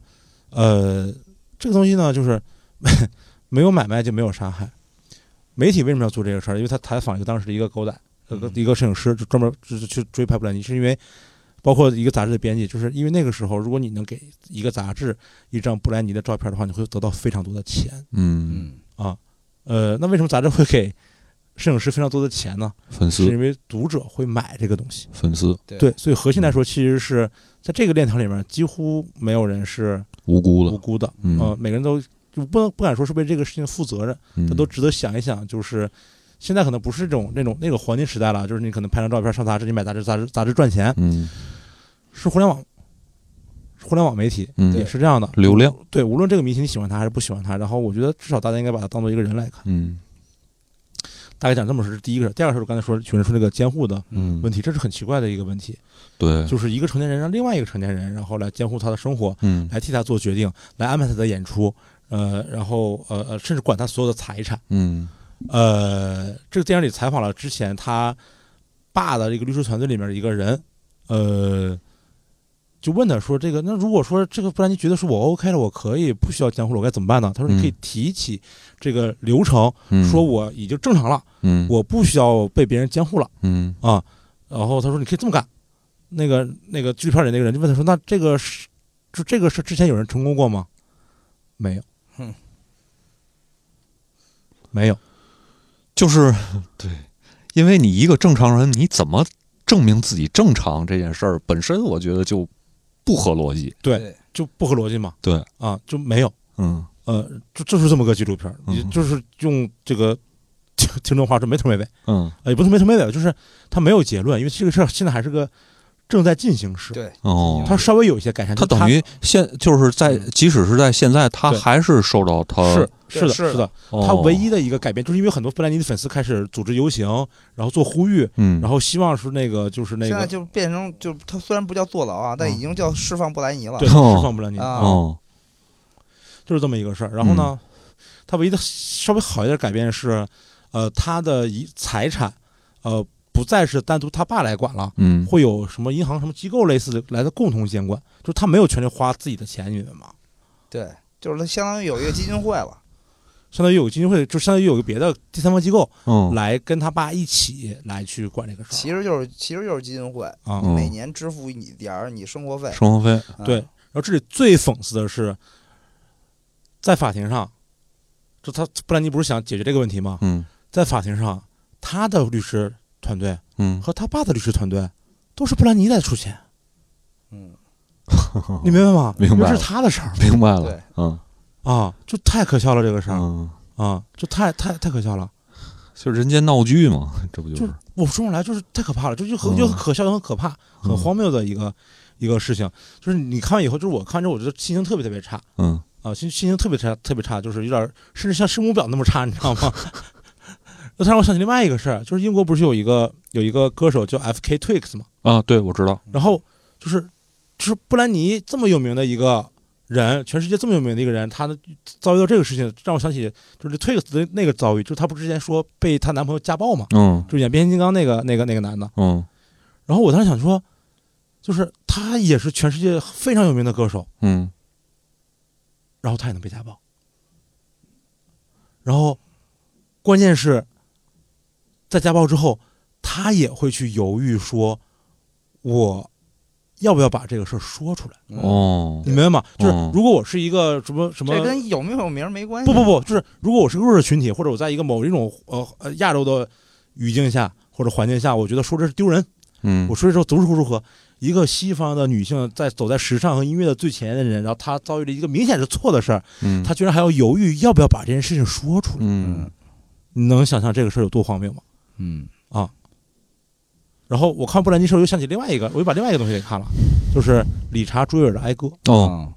Speaker 2: 呃，这个东西呢，就是 没有买卖就没有杀害。媒体为什么要做这个事儿？因为他采访一个当时的一个狗仔，呃
Speaker 3: 嗯
Speaker 2: 一个摄影师，就专门就是去追拍布兰妮，是因为包括一个杂志的编辑，就是因为那个时候，如果你能给一个杂志一张布兰妮的照嗯片的话，你会得到非常多的钱。
Speaker 1: 嗯
Speaker 3: 嗯
Speaker 2: 呃，那为什么杂志会给摄影师非常多的钱呢，
Speaker 1: 粉丝
Speaker 2: 是因为读者会买这个东西。
Speaker 1: 粉丝
Speaker 2: 对，所以核
Speaker 1: 嗯
Speaker 2: 心来说，其实是在这个链条里面，几乎没有人是
Speaker 1: 无辜
Speaker 2: 无
Speaker 1: 的，
Speaker 2: 辜的，
Speaker 1: 嗯
Speaker 2: 呃，每个人都就不能不敢说是为这个事情负责任，
Speaker 1: 嗯
Speaker 2: 这都值得想一想。就是现在可能不是这种那种那个黄金时代了，就是你可能拍张照片上杂志，你买杂志，杂志杂志赚钱，
Speaker 1: 嗯
Speaker 2: 是互联网，是互联网媒体也
Speaker 1: 嗯
Speaker 2: 是这样的。
Speaker 1: 流量，
Speaker 2: 对，无论这个明星你喜欢他还是不喜欢他，然后我觉得至少大家应该把他当做一个人来看。
Speaker 1: 嗯
Speaker 2: 大概讲这么说，是第一个事儿。第二个事儿，我刚才说，群人说这个监护的
Speaker 1: 嗯
Speaker 2: 问，题，这是很奇怪的一个问题，
Speaker 1: 对，
Speaker 2: 就是一个成年人让另外一个成年人，然后来监护他的生活，
Speaker 1: 嗯
Speaker 2: 来替他做决定，来安排他的演出，呃，然后呃呃，甚至管他所有的财产。
Speaker 1: 嗯
Speaker 2: 呃，这个电影里采访了之前他爸的这个律师团队里面的一个人，呃，就问他说：“这个，那如果说这个，不然你觉得说我 OK 了，我可以不需要监护了，我该怎么办呢？”他说：“你可以
Speaker 1: 嗯
Speaker 2: 提起这个流程，
Speaker 1: 嗯，
Speaker 2: 说我已经正常了，
Speaker 1: 嗯
Speaker 2: 我不需要被别人监护了
Speaker 1: 嗯
Speaker 2: 啊。”然后他说：“你可以这么干。”那个那个纪录片里那个人就问他说：“那这个是就这个是之前有人成功过吗？”没有，
Speaker 3: 哼，
Speaker 2: 没有。
Speaker 1: 就是 对，因为你一个正常人，你怎么证明自己正常这件事儿本身，我觉得就不合逻辑。
Speaker 2: 对
Speaker 3: 对，
Speaker 2: 就不合逻辑嘛。
Speaker 1: 对
Speaker 2: 啊，就没有，
Speaker 1: 嗯
Speaker 2: 呃，就就是这么个纪录片儿，
Speaker 1: 嗯
Speaker 2: 也就是用这个听众话说没头没尾，
Speaker 1: 嗯
Speaker 2: 呃，也不是没头没尾，就是它没有结论，因为这个事儿现在还是个正在进行时，
Speaker 3: 对，
Speaker 1: 哦，
Speaker 2: 它稍微有一些改善，
Speaker 1: 他
Speaker 2: 就
Speaker 1: 等于现就是在，
Speaker 2: 嗯
Speaker 1: 即使是在现在，他
Speaker 2: 对
Speaker 1: 还是受到他
Speaker 2: 是是的
Speaker 3: 是的
Speaker 2: 是的，
Speaker 1: 哦
Speaker 2: 它唯一的一个改变，就是因为很多布兰妮的粉丝开始组织游行，然后做呼吁，
Speaker 1: 嗯，
Speaker 2: 然后希望是那个就是那
Speaker 3: 现在
Speaker 2: 个
Speaker 3: 就变成就他虽然不叫坐牢啊，但已经叫释放布莱尼了
Speaker 2: 对。
Speaker 1: 哦
Speaker 2: 释放布兰妮
Speaker 3: 啊
Speaker 1: 哦
Speaker 2: 就是这么一个事儿。然后
Speaker 1: 嗯
Speaker 2: 呢，他唯一的稍微好一点改变是，呃，他的遗财产，呃，不再是单独他爸来管了，
Speaker 1: 嗯
Speaker 2: 会有什么银行、什么机构类似的来的共同监管，就是他没有权利花自己的钱，你明白吗？
Speaker 3: 对，就是他相当于有一个基金会了。
Speaker 2: 相当于有个基金会，就相当于有个别的第三方机构
Speaker 1: 嗯
Speaker 2: 来跟他爸一起来去管这个事
Speaker 3: 其实就是其实就是基金会，
Speaker 2: 儿啊。
Speaker 1: 嗯
Speaker 3: 每年支付你点儿你生活费。
Speaker 1: 生活费，
Speaker 3: 嗯
Speaker 2: 对，，然后这里最讽刺的是，在法庭上，就他布兰妮不是想解决这个问题吗？
Speaker 1: 嗯
Speaker 2: 在法庭上，他的律师团队
Speaker 1: 嗯，
Speaker 2: 和他爸的律师团队都是布兰妮在出钱，
Speaker 3: 嗯，
Speaker 2: 你明白吗？
Speaker 1: 明白
Speaker 2: 因为
Speaker 1: 了
Speaker 2: 这是他的事儿
Speaker 1: 明白了
Speaker 3: 对，
Speaker 1: 嗯
Speaker 2: 啊，就太可笑了这个事儿、
Speaker 1: 嗯，
Speaker 2: 啊，就太太太可笑了。
Speaker 1: 就人间闹剧嘛，这不就是
Speaker 2: 就我说不上来就是太可怕了，就就很
Speaker 1: 嗯
Speaker 2: 就很可笑又很可怕，很
Speaker 1: 嗯
Speaker 2: 荒谬的一个一个事情。就是你看完以后，就是我看着我觉得心情特别特别差
Speaker 1: 嗯
Speaker 2: 啊，心心情特别差特别差，就是有点儿甚至像圣母婊那么差，你知道吗？ 那他让我想起另外一个事儿，就是英国不是有一个有一个歌手叫 F.K. Twix 嘛，
Speaker 1: 啊，对我知道，
Speaker 2: 然后就是就是布兰妮这么有名的一个人，全世界这么有名的一个人，她的遭遇到这个事情，让我想起就是 Twix 的那个遭遇，就是她不是之前说被她男朋友家暴嘛，
Speaker 1: 嗯
Speaker 2: 就演变形金刚那个那个那个男的。
Speaker 1: 嗯
Speaker 2: 然后我当时想说，就是他也是全世界非常有名的歌手，
Speaker 1: 嗯
Speaker 2: 然后他也能被家暴，然后关键是，在家暴之后，他也会去犹豫说，我要不要把这个事儿说出来？
Speaker 3: 嗯，
Speaker 1: 哦
Speaker 2: 你明白吗？就是
Speaker 1: 嗯
Speaker 2: 如果我是一个什么什么
Speaker 3: 这。跟有没有名儿没关系。
Speaker 2: 不不不，就是如果我是个弱势群体，或者我在一个某一种呃呃亚洲的语境下或者环境下，我觉得说这是丢人，
Speaker 1: 嗯
Speaker 2: 我说的时候如何如何，一个西方的女性在走在时尚和音乐的最前沿的人，然后她遭遇了一个明显是错的事儿，
Speaker 1: 嗯
Speaker 2: 她居然还要犹豫要不要把这件事情说出来，
Speaker 1: 嗯
Speaker 2: 你能想象这个事儿有多荒谬吗？
Speaker 3: 嗯，
Speaker 2: 然后我看布兰妮时候又想起另外一个，我又把另外一个东西给看了，就是理查朱瑞尔的哀歌。
Speaker 1: 哦，
Speaker 3: 嗯，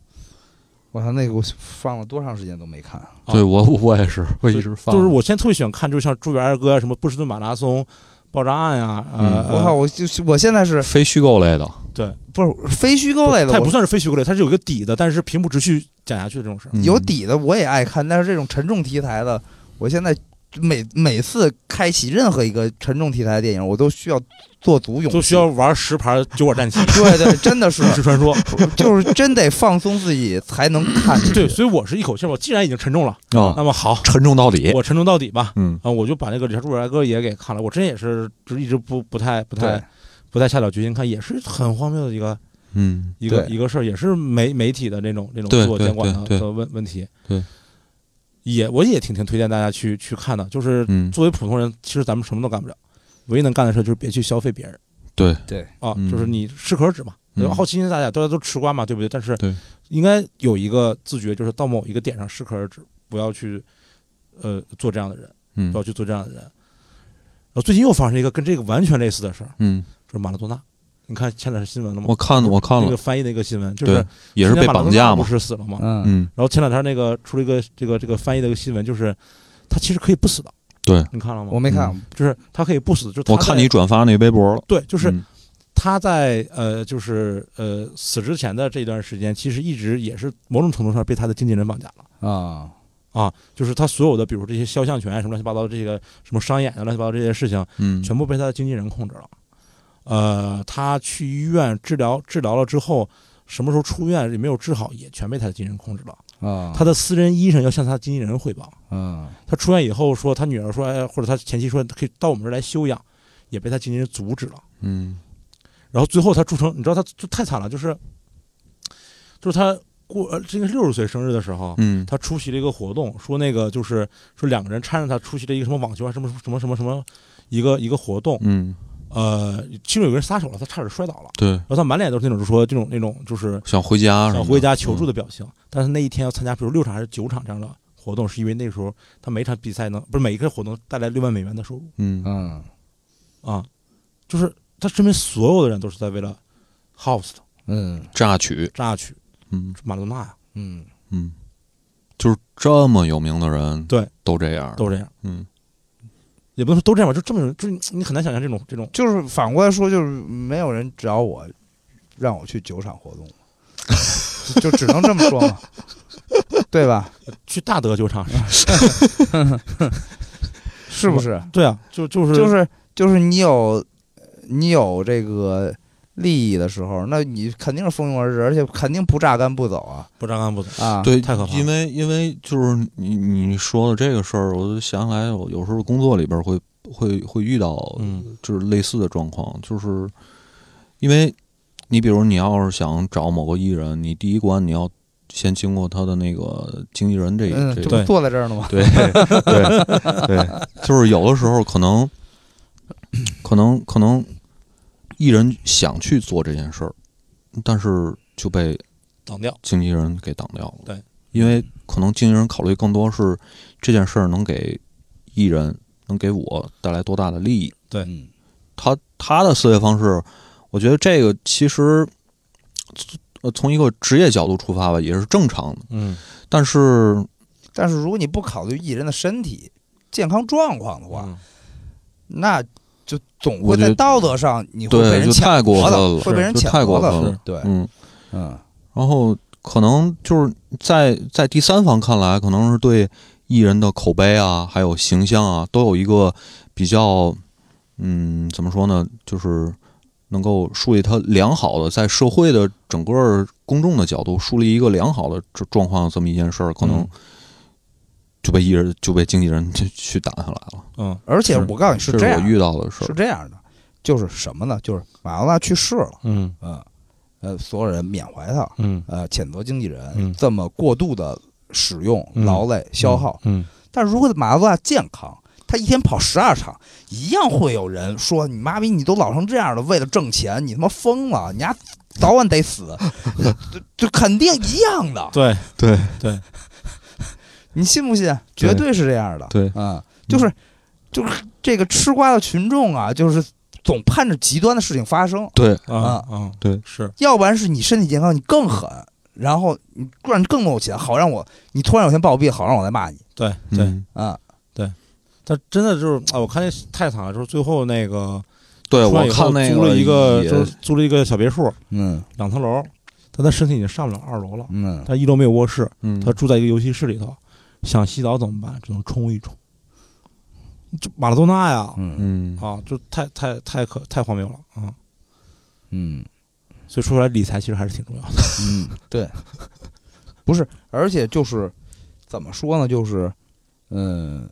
Speaker 3: 我操，那个我放了多长时间都没看。
Speaker 1: 对我我也是，我一
Speaker 2: 就
Speaker 1: 直放，
Speaker 2: 啊就是我现在特别喜欢看，就像朱瑞尔哀啊歌什么波士顿马拉松、爆炸案呀、
Speaker 1: 嗯
Speaker 2: 呃，
Speaker 3: 我靠，我就是我现在是
Speaker 1: 非虚构类的，
Speaker 3: 不是非虚构类的，
Speaker 2: 它也不
Speaker 3: 我
Speaker 2: 算是非虚构类，它是有一个底的，但是平铺直叙讲下去的这种事儿。
Speaker 1: 嗯
Speaker 3: 有底的我也爱看，但是这种沉重题材的，我现在每每次开启任何一个沉重题材的电影，我都需要做足勇气，
Speaker 2: 都需要玩十盘九碗 战棋、
Speaker 3: 对对，真的是
Speaker 2: 密室传说，
Speaker 3: 就是真得放松自己才能看进去。
Speaker 2: 对，所以我是一口气儿，我既然已经沉重了，
Speaker 1: 啊，
Speaker 2: 那么好，
Speaker 1: 沉重到底，
Speaker 2: 我沉重到底吧。
Speaker 1: 嗯
Speaker 2: 啊，我就把那个《理查朱尔哀歌》也给看了。我之前也是，就是一直不不太不
Speaker 3: 对
Speaker 2: 太不太下了决心看，也是很荒谬的一个
Speaker 1: 嗯
Speaker 2: 一个
Speaker 3: 对
Speaker 2: 一个事儿，也是媒媒体的那种那种
Speaker 1: 对
Speaker 2: 自我监管的
Speaker 1: 对对对
Speaker 2: 的问问题。
Speaker 1: 对，
Speaker 2: 也我也挺挺推荐大家去去看的。就是
Speaker 1: 嗯，
Speaker 2: 作为普通人，其实咱们什么都干不了，唯一能干的事就是别去消费别人
Speaker 1: 对，
Speaker 3: 对，
Speaker 2: 啊，
Speaker 1: 嗯
Speaker 2: 就是你适可而止嘛。对吧
Speaker 1: 嗯
Speaker 2: 好奇心大家大家都吃瓜嘛，对不对？但是
Speaker 1: 对
Speaker 2: 应该有一个自觉，就是到某一个点上适可而止，不要去呃做这样的人，
Speaker 1: 嗯
Speaker 2: 不要去做这样的人。然后最近又发生一个跟这个完全类似的事儿，
Speaker 1: 嗯，
Speaker 2: 就是马拉多纳。你看前两天新闻了吗？
Speaker 1: 我看我看
Speaker 2: 那个
Speaker 1: 了，
Speaker 2: 翻译那个新闻，就是
Speaker 1: 对，也是
Speaker 2: 之
Speaker 1: 被
Speaker 2: 前马拉
Speaker 1: 绑
Speaker 2: 多纳
Speaker 1: 架
Speaker 2: 不
Speaker 1: 嘛，
Speaker 2: 是死了吗？
Speaker 3: 嗯
Speaker 1: 嗯，
Speaker 2: 然后前两天那个出了一个这个这个翻译的一个新闻，就是他其实可以不死的。
Speaker 1: 对，
Speaker 2: 你看了吗
Speaker 3: 我？没看
Speaker 1: 嗯，
Speaker 2: 就是他可以不死，就是他
Speaker 1: 我看
Speaker 2: 在
Speaker 1: 你转发那微博了，
Speaker 2: 对，就是
Speaker 1: 嗯
Speaker 2: 他在呃，就是呃死之前的这段时间，其实一直也是某种程度上被他的经纪人绑架了。
Speaker 3: 啊，
Speaker 2: 啊，就是他所有的，比如这些肖像权啊什么乱七八糟的这个什么商演啊乱七八糟这些事情，
Speaker 1: 嗯，
Speaker 2: 全部被他的经纪人控制了。呃，他去医院治疗，治疗了之后，什么时候出院也没有治好，也全被他的经纪人控制了。
Speaker 3: 啊，
Speaker 2: 他的私人医生要向他经纪人汇报。
Speaker 3: 嗯
Speaker 2: 他出院以后说，他女儿说，哎，或者他前妻说可以到我们这儿来休养，也被他经纪人阻止了。
Speaker 1: 嗯
Speaker 2: 然后最后他铸成，你知道他就太惨了，就是，就是他过呃这个六十岁生日的时候，
Speaker 1: 嗯
Speaker 2: 他出席了一个活动，说那个就是说两个人搀着他出席了一个什么网球啊什么什么什么什么一个一个活动，
Speaker 1: 嗯，
Speaker 2: 呃，其中有个人撒手了，他差点摔倒了，
Speaker 1: 对，
Speaker 2: 然后他满脸都是那种就说这种那种就是
Speaker 1: 想回家什么的，
Speaker 2: 想回家求
Speaker 1: 的，
Speaker 2: 助的表情，但是那一天要参加比如六场还是九场这样的活动，是因为那时候他每一场比赛能不是每一个活动带来六万美元的收入
Speaker 1: 嗯
Speaker 3: 嗯
Speaker 2: 啊，就是他身边所有的人都是在为了 House 的
Speaker 3: 嗯
Speaker 1: 榨取，
Speaker 2: 榨取
Speaker 1: 嗯
Speaker 2: 马拉多纳呀、
Speaker 3: 嗯
Speaker 1: 嗯，就是这么有名的人，
Speaker 2: 对，
Speaker 1: 都这样，
Speaker 2: 都这样，
Speaker 1: 嗯
Speaker 2: 也不能说都这样吧，就这么有就是你很难想象这种这种
Speaker 3: 就是反过来说，就是没有人找我，让我去酒厂活动，就就只能这么说嘛，对吧？
Speaker 2: 去大德酒厂是
Speaker 3: 是不是？
Speaker 2: 对啊，就就是
Speaker 3: 就是就是你有你有这个利益的时候，那你肯定是蜂拥而至，而且肯定不榨干不走啊
Speaker 2: 不张干不走，
Speaker 3: 啊！
Speaker 1: 对，
Speaker 2: 太可怕了
Speaker 1: 因为因为就是你你说的这个事儿，我就想起来，我有时候工作里边会会会遇到，
Speaker 2: 嗯
Speaker 1: 就是类似的状况，就是因为你比如你要是想找某个艺人，你第一关你要先经过他的那个经纪人这一
Speaker 3: 嗯，
Speaker 1: 这
Speaker 3: 这
Speaker 1: 一
Speaker 3: 不坐在这儿呢吗？
Speaker 1: 对对对，就是有的时候可能， 可能可能，艺人想去做这件事儿，但是就被
Speaker 2: 挡掉。
Speaker 1: 经纪人给挡掉了。
Speaker 2: 对，
Speaker 1: 因为可能经纪人考虑更多是这件事儿能给艺人能给我带来多大的利益。
Speaker 2: 对
Speaker 3: 嗯
Speaker 1: 他他的思维方式，我觉得这个其实，呃，从一个职业角度出发吧，也是正常的。
Speaker 2: 嗯，
Speaker 1: 但是
Speaker 3: 但是如果你不考虑艺人的身体健康状况的话，
Speaker 2: 嗯，
Speaker 3: 那就总
Speaker 1: 我
Speaker 3: 会
Speaker 1: 觉
Speaker 3: 在
Speaker 1: 得
Speaker 3: 道德上你会被
Speaker 1: 对，
Speaker 3: 人
Speaker 1: 就
Speaker 3: 抢
Speaker 1: 太过
Speaker 3: 夺
Speaker 1: 分
Speaker 3: 的，
Speaker 1: 了，
Speaker 3: 会被人
Speaker 1: 就
Speaker 3: 抢
Speaker 1: 太
Speaker 3: 夺
Speaker 1: 过分
Speaker 3: 的。
Speaker 1: 了
Speaker 2: 是。
Speaker 3: 对，
Speaker 1: 嗯，
Speaker 3: 嗯
Speaker 1: 然后可能就是在在第三方看来，可能是对艺人的口碑啊，还有形象啊，都有一个比较，嗯，怎么说呢，就是能够树立他良好的在社会的整个公众的角度树立一个良好的这状况，这么一件事儿，可能
Speaker 2: 嗯
Speaker 1: 就被艺人就被经纪人去去挡下来了。
Speaker 2: 嗯
Speaker 3: 而且
Speaker 1: 是
Speaker 3: 我告诉你
Speaker 1: 这
Speaker 3: 这
Speaker 1: 是我
Speaker 3: 样的，
Speaker 1: 遇到的事
Speaker 3: 是
Speaker 1: 儿。
Speaker 3: 这样的，就是什么呢？就是马拉多纳去世了，
Speaker 2: 嗯
Speaker 3: 嗯，呃，所有人缅怀他，
Speaker 2: 嗯
Speaker 3: 呃，谴责经纪人、
Speaker 2: 嗯
Speaker 3: 这么过度的使用、
Speaker 2: 嗯
Speaker 3: 劳累、消耗。
Speaker 2: 嗯，
Speaker 3: 但如果马拉多纳健康，他一天跑十二场，一样会有人说你妈逼，你都老成这样了，为了挣钱，你他妈疯了，你丫早晚得死， 就就肯定一样的。
Speaker 2: 对，
Speaker 1: 对
Speaker 3: 你信不信？绝对是这样的。
Speaker 1: 对
Speaker 3: 嗯，就是就是这个吃瓜的群众啊，就是总盼着极端的事情发生，
Speaker 1: 对，
Speaker 2: 啊啊，
Speaker 1: 对，
Speaker 2: 是，
Speaker 3: 要不然是你身体健康，你更狠，然后你突然更有钱，好让我你突然有天暴毙，好让我来骂你
Speaker 2: 对对，
Speaker 1: 嗯
Speaker 3: 啊。
Speaker 2: 但真的就是啊，我看那太惨了，就是最后那个
Speaker 1: 对，
Speaker 2: 出来
Speaker 1: 我
Speaker 2: 以后
Speaker 1: 看那
Speaker 2: 租了一个，
Speaker 1: 也
Speaker 2: 就是租了一个小别墅，
Speaker 3: 嗯
Speaker 2: 两层楼，但他身体已经上不了二楼了，
Speaker 3: 嗯，
Speaker 2: 他一楼没有卧室，
Speaker 1: 嗯
Speaker 2: 他住在一个游戏室里头，想洗澡怎么办？只能冲一冲。就马拉多纳呀，
Speaker 3: 嗯
Speaker 1: 嗯
Speaker 2: 啊，就太太太可太荒谬了啊！
Speaker 3: 嗯
Speaker 2: 所以说出来理财其实还是挺重要的。
Speaker 3: 嗯，对， 不是，而且就是怎么说呢，就是嗯，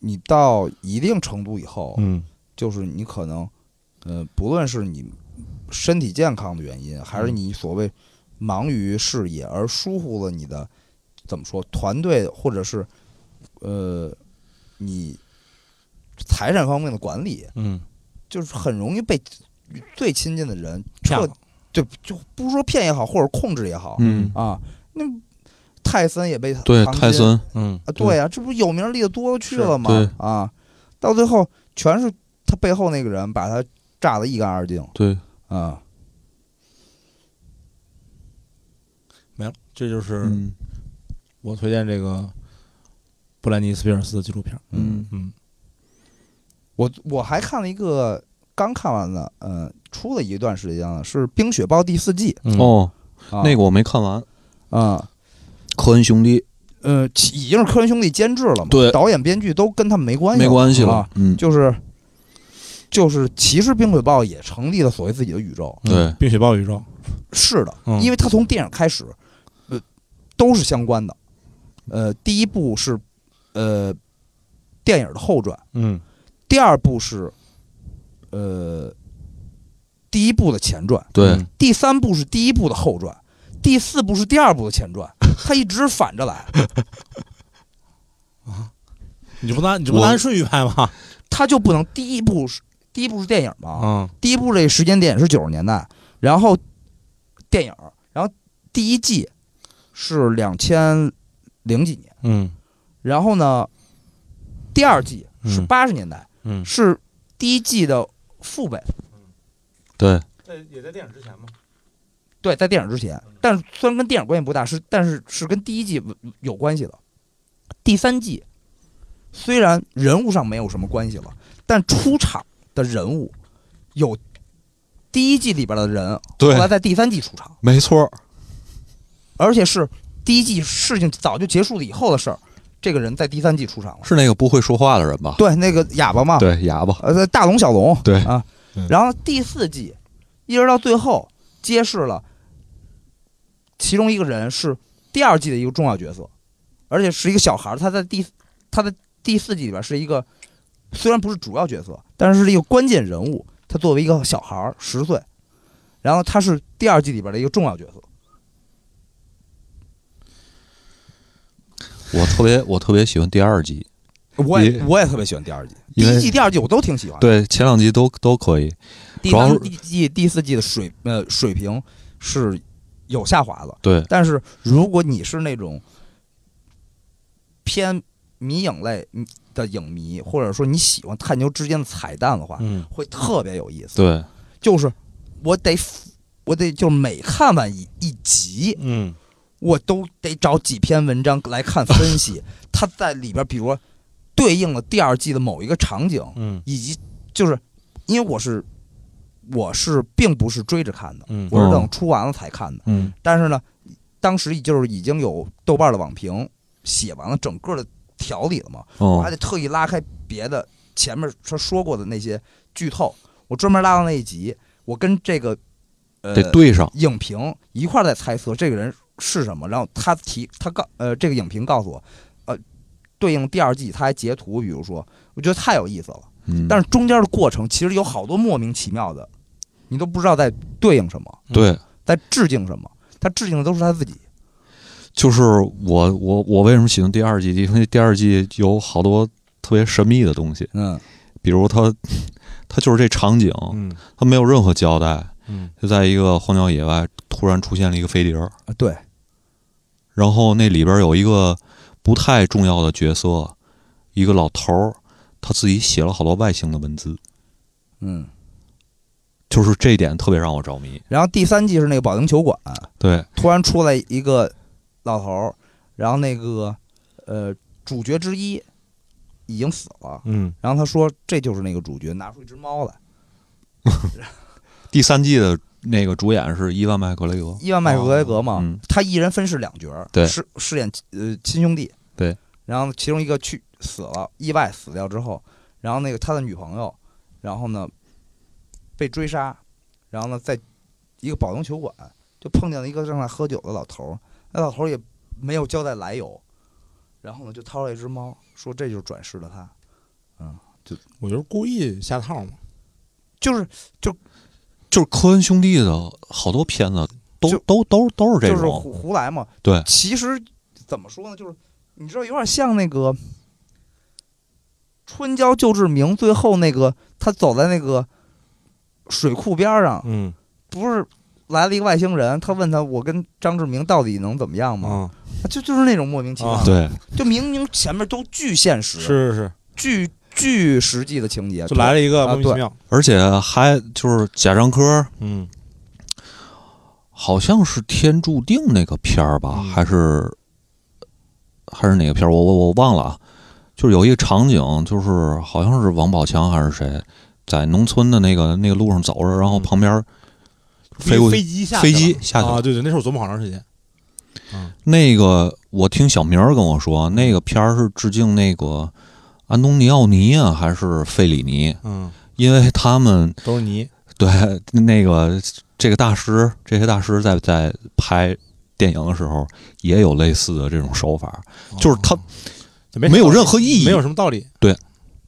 Speaker 3: 你到一定程度以后，
Speaker 2: 嗯
Speaker 3: 就是你可能，呃，不论是你身体
Speaker 1: 嗯
Speaker 3: 健康的原因，还是你所谓忙于事业而疏忽了你的怎么说团队或者是呃你财产方面的管理，
Speaker 2: 嗯，
Speaker 3: 就是很容易被最亲近的人
Speaker 2: 骗
Speaker 3: 彻
Speaker 2: 了
Speaker 3: 对，就不是说骗也好，或者控制也好，
Speaker 1: 嗯，
Speaker 3: 啊，那泰森也被
Speaker 1: 对，
Speaker 3: 唐
Speaker 1: 泰
Speaker 3: 金
Speaker 1: 森，
Speaker 2: 嗯
Speaker 3: 啊，对呀、这不有名例子多去了吗
Speaker 1: 是？
Speaker 3: 啊，到最后全是他背后那个人把他炸得一干二净
Speaker 1: 对，
Speaker 3: 啊。
Speaker 2: 没了，这就是
Speaker 1: 嗯
Speaker 2: 我推荐这个布兰妮·斯皮尔斯的纪录片。
Speaker 1: 嗯
Speaker 2: 嗯，
Speaker 3: 我我还看了一个刚看完的，呃，出了一段时间了，是《冰雪暴》第四季。
Speaker 2: 嗯
Speaker 1: 哦，
Speaker 3: 啊、
Speaker 1: 那个我没看完，
Speaker 3: 啊，
Speaker 1: 科恩兄弟
Speaker 3: 呃，其已经是科恩兄弟监制了嘛，
Speaker 1: 对
Speaker 3: 导演、编剧都跟他们没关系，
Speaker 1: 没关系
Speaker 3: 啊
Speaker 1: 了，嗯，
Speaker 3: 就是就是，其实《冰雪暴》也成立了所谓自己的宇宙。
Speaker 1: 对
Speaker 2: 嗯冰雪暴宇宙，
Speaker 3: 是的，
Speaker 2: 嗯
Speaker 3: 因为他从电影开始，呃，都是相关的。呃，第一部是呃电影的后传，
Speaker 2: 嗯
Speaker 3: 第二部是呃第一部的前传，
Speaker 1: 嗯
Speaker 2: 嗯
Speaker 1: 对，
Speaker 3: 第三部是第一部的后传，第四部是第二部的前 传，他一直反着来，
Speaker 2: 你不拿你不
Speaker 1: 我
Speaker 2: 拿按顺序拍吗？
Speaker 3: 他就不能第一部是第一部是电影嘛，
Speaker 2: 嗯
Speaker 3: 第一部这时间点是九十年代，然后电影，然后第一季是两千零几年。
Speaker 2: 嗯
Speaker 3: 然后呢，第二季是
Speaker 2: 嗯
Speaker 3: 八十年代，
Speaker 2: 嗯，
Speaker 3: 是第一季的父辈，
Speaker 1: 对，
Speaker 2: 在也在电影之前吗？
Speaker 3: 对，在电影之前，但是虽然跟电影关系不大，是但是是跟第一季有关系的。第三季虽然人物上没有什么关系了，但出场的人物有第一季里边的人，后
Speaker 1: 对
Speaker 3: 来在第三季出场，
Speaker 1: 没错儿，
Speaker 3: 而且是第一季事情早就结束了以后的事儿，这个人在第三季出场了。
Speaker 1: 是那个不会说话的人吧？
Speaker 3: 对，那个哑巴嘛，
Speaker 1: 对，哑巴，
Speaker 3: 呃，大龙小龙，
Speaker 1: 对
Speaker 3: 啊
Speaker 2: 嗯，
Speaker 3: 然后第四季一直到最后揭示了其中一个人是第二季的一个重要角色，而且是一个小孩儿，他在第他在第四季里边是一个虽然不是主要角色，但是是一个关键人物。他作为一个小孩儿，十岁，然后他是第二季里边的一个重要角色。
Speaker 1: 我特别我特别喜欢第二季，
Speaker 3: 我也
Speaker 1: 也
Speaker 3: 我也特别喜欢第二季，第
Speaker 1: 因为
Speaker 3: 一季、第二季我都挺喜欢的。
Speaker 1: 对前两集都都可以，
Speaker 3: 第
Speaker 1: 主要是
Speaker 3: 三季、第四季的水呃水平是有下滑的，
Speaker 1: 对
Speaker 3: 但是如果你是那种偏迷影类的影迷，或者说你喜欢探究之间的彩蛋的话，
Speaker 2: 嗯
Speaker 3: 会特别有意思。
Speaker 1: 对，
Speaker 3: 就是我得我得就是每看完一一集，
Speaker 2: 嗯
Speaker 3: 我都得找几篇文章来看分析，它在里边，比如说对应了第二季的某一个场景，
Speaker 2: 嗯
Speaker 3: 以及就是因为我是我是并不是追着看的，
Speaker 2: 嗯
Speaker 3: 我是
Speaker 1: 嗯
Speaker 3: 等出完了才看的。
Speaker 2: 嗯
Speaker 3: 但是呢，当时已就是已经有豆瓣的网评写完了整个的条理了嘛，我
Speaker 1: 嗯
Speaker 3: 还，得特意拉开别的前面他说过的那些剧透，我专门拉到那一集，我跟这个呃
Speaker 1: 得对上，
Speaker 3: 影评一块儿在猜测这个人是什么，然后他提他告呃这个影评告诉我，呃对应第二季他还截图，比如说我觉得太有意思了，
Speaker 1: 嗯，
Speaker 3: 但是中间的过程其实有好多莫名其妙的，你都不知道在对应什么，
Speaker 1: 对，
Speaker 3: 在致敬什么，他致敬的都是他自己。
Speaker 1: 就是我我我为什么喜欢第二季？因为第二季有好多特别神秘的东西，
Speaker 3: 嗯，
Speaker 1: 比如 它它就是这场景，
Speaker 2: 嗯
Speaker 1: 它没有任何交代，
Speaker 2: 嗯
Speaker 1: 就在一个荒郊野外突然出现了一个飞碟儿，
Speaker 3: 啊对，
Speaker 1: 然后那里边有一个不太重要的角色，一个老头儿，他自己写了好多外星的文字，
Speaker 3: 嗯。
Speaker 1: 就是这一点特别让我着迷。
Speaker 3: 然后第三季是那个保龄球馆，
Speaker 1: 对，
Speaker 3: 突然出来一个老头儿，然后那个呃主角之一已经死了，
Speaker 2: 嗯
Speaker 3: 然后他说这就是那个主角，拿出一只猫来，
Speaker 1: 第三季的那个主演是伊万麦格雷格，
Speaker 3: 伊万麦克格雷格嘛，
Speaker 1: 嗯
Speaker 3: 他一人分饰两角儿，
Speaker 1: 对
Speaker 3: 饰饰演呃亲兄弟，
Speaker 1: 对，
Speaker 3: 然后其中一个去死了，意外死掉之后，然后那个他的女朋友，然后呢被追杀，然后呢在一个保龄球馆就碰见了一个正在喝酒的老头儿，那老头儿也没有交代来由，然后呢就掏了一只猫，说这就是转世的他，
Speaker 2: 我就是故意下套嘛。
Speaker 3: 就是
Speaker 1: 就是科恩兄弟的好多片子都
Speaker 3: 就
Speaker 1: 都都都是这
Speaker 3: 就是
Speaker 1: 种，
Speaker 3: 胡胡来嘛，
Speaker 1: 对
Speaker 3: 其实怎么说呢？就是你知道，有点像那个《春娇救志明》最后那个，他走在那个水库边儿上，
Speaker 2: 嗯
Speaker 3: 不是来了一个外星人，他问他我跟张志明到底能怎么样吗？
Speaker 1: 嗯
Speaker 2: 啊，
Speaker 3: 就就是那种莫名其妙
Speaker 2: 啊，
Speaker 1: 对，
Speaker 3: 就明明前面都巨现实，
Speaker 2: 是是是，
Speaker 3: 巨巨实际的情节，
Speaker 2: 就来了一个莫
Speaker 3: 啊
Speaker 2: 名其妙，
Speaker 1: 而且还就是贾樟柯，
Speaker 2: 嗯
Speaker 1: 好像是《天注定》那个片儿吧，
Speaker 2: 嗯
Speaker 1: 还是还是哪个片儿？我我我忘了啊。就是有一个场景，就是好像是王宝强还是谁，在农村的那个那个路上走着，然后
Speaker 2: 嗯
Speaker 1: 旁边飞
Speaker 2: 一
Speaker 1: 过
Speaker 2: 个
Speaker 1: 去
Speaker 2: 飞机下去
Speaker 1: 飞
Speaker 2: 了
Speaker 1: 机下去了。嗯
Speaker 2: 啊，对对，那时候我琢磨好长时间，啊
Speaker 1: 那个我听小明儿跟我说，
Speaker 2: 嗯
Speaker 1: 那个片儿是致敬那个安东尼奥尼啊，还是费里尼？
Speaker 2: 嗯，
Speaker 1: 因为他们
Speaker 2: 都是泥，
Speaker 1: 对那个这个大师，这些大师在在拍电影的时候也有类似的这种手法，就是他
Speaker 2: 哦就没
Speaker 1: 没有
Speaker 2: 什么
Speaker 1: 任何意义
Speaker 2: 没有什么道理，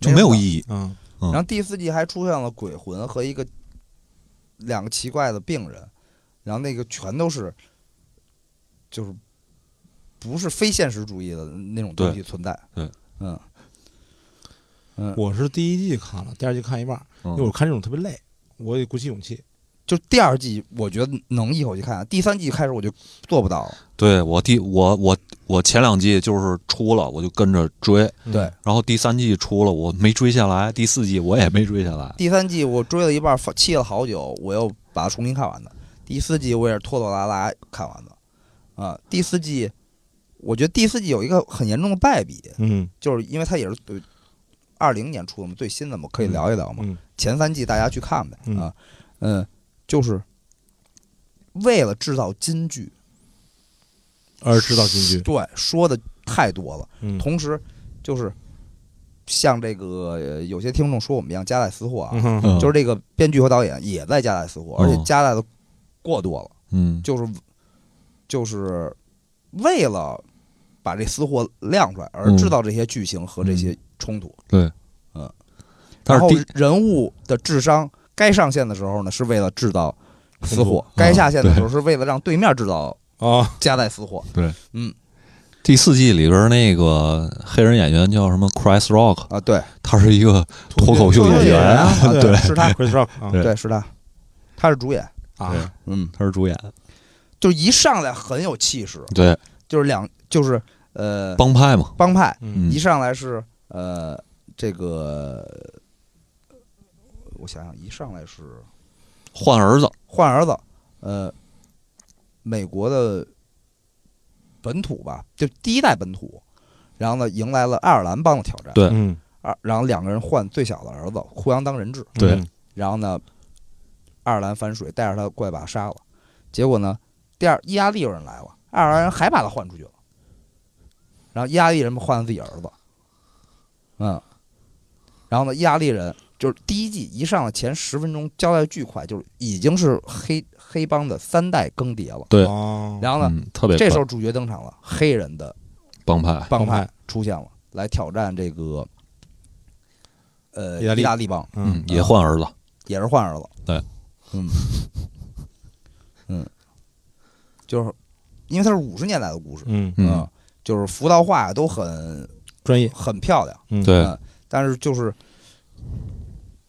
Speaker 1: 就没有意义。
Speaker 2: 嗯
Speaker 1: 嗯
Speaker 3: 然后第四季还出现了鬼魂和一个两个奇怪的病人，然后那个全都是就是不是非现实主义的那种东西存在。
Speaker 1: 对
Speaker 3: 嗯嗯，
Speaker 2: 我是第一季看了，第二季看一半儿，因为我
Speaker 1: 嗯，
Speaker 2: 看这种特别累，我得鼓起勇气，
Speaker 3: 就第二季我觉得能一口气看，第三季开始我就做不到了。
Speaker 1: 对我第我我我前两季就是出了，我就跟着追，
Speaker 2: 嗯
Speaker 3: 对，
Speaker 1: 然后第三季出了我没追下来，第四季我也没追下来。
Speaker 3: 第三季我追了一半，放弃了好久，我又把它重新看完的。第四季我也是拖拖拉拉看完的。啊、第四季我觉得第四季有一个很严重的败笔，
Speaker 2: 嗯
Speaker 3: 就是因为它也是二零年出的嘛，最新的嘛，可以聊一聊嘛。
Speaker 2: 嗯
Speaker 3: 前三季大家去看呗、
Speaker 2: 嗯
Speaker 3: 啊，嗯，就是为了制造金句，
Speaker 2: 而知道京剧，
Speaker 3: 对，说的太多了。
Speaker 2: 嗯
Speaker 3: 同时，就是像这个呃有些听众说我们一样夹带私货啊，
Speaker 2: 嗯哼
Speaker 1: 嗯
Speaker 3: 就是这个编剧和导演也在夹带私货，
Speaker 1: 嗯
Speaker 3: 而且夹带的过多了，
Speaker 1: 嗯，
Speaker 3: 就是就是为了把这私货亮出来而
Speaker 1: 嗯
Speaker 3: 制造这些剧情和这些冲突。
Speaker 1: 对，
Speaker 3: 嗯，
Speaker 1: 但
Speaker 3: 然
Speaker 1: 是
Speaker 3: 后
Speaker 1: 第
Speaker 3: 人物的智商该上线的时候呢，是为了制造私
Speaker 2: 冲
Speaker 3: 货；该下线的时候是为了让嗯对面制造
Speaker 2: 啊，
Speaker 3: 夹带私货
Speaker 1: 第四季里边那个黑人演员叫什么 Chris Rock，
Speaker 3: 啊。对，
Speaker 1: 他是一个脱口秀
Speaker 3: 脱口
Speaker 1: 演
Speaker 3: 秀演员
Speaker 1: 员，
Speaker 3: 啊 对是他
Speaker 2: Chris Rock 啊
Speaker 1: 对
Speaker 3: 对，是他，他是主演。
Speaker 1: 对
Speaker 2: 啊，
Speaker 3: 嗯，
Speaker 1: 他是主演，
Speaker 3: 就一上来很有气势，
Speaker 1: 对
Speaker 3: 就是两就是呃
Speaker 1: 帮派嘛，
Speaker 3: 帮派，
Speaker 2: 嗯
Speaker 1: 嗯
Speaker 3: 一上来是呃这个，我想想，一上来是
Speaker 1: 换儿子，
Speaker 3: 换儿子，呃，美国的本土吧，就第一代本土，然后呢，迎来了爱尔兰帮的挑战，
Speaker 1: 对
Speaker 2: 嗯
Speaker 3: 二然后两个人换最小的儿子，互相当人质，
Speaker 1: 对
Speaker 2: 嗯
Speaker 3: 然后呢，爱尔兰反水，带着他过来把他杀了，结果呢，第二意大利有人来了，爱尔兰人还把他换出去了，然后意大利人换了自己儿子，嗯，然后呢，意大利人就是第一季一上来前十分钟交代巨快，就是已经是黑黑帮的三代更迭了，
Speaker 1: 对
Speaker 2: 哦，
Speaker 3: 然后呢，
Speaker 1: 嗯，特别
Speaker 3: 这时
Speaker 1: 快
Speaker 3: 候主角登场了，黑人的
Speaker 1: 帮派，
Speaker 3: 帮
Speaker 2: 帮
Speaker 3: 派
Speaker 2: 派
Speaker 3: 出现了，来挑战这个。呃，
Speaker 2: 意大利
Speaker 3: 意大利帮
Speaker 1: 嗯
Speaker 2: 嗯，
Speaker 1: 也换儿子，
Speaker 3: 也是换儿子。
Speaker 1: 对，
Speaker 3: 嗯， 嗯，就是因为它是五十年代的故事，啊
Speaker 2: 嗯，
Speaker 1: 嗯，
Speaker 3: 就是服道画都很
Speaker 2: 专业，
Speaker 3: 很漂亮，
Speaker 2: 嗯
Speaker 1: 对
Speaker 3: 嗯，但是就是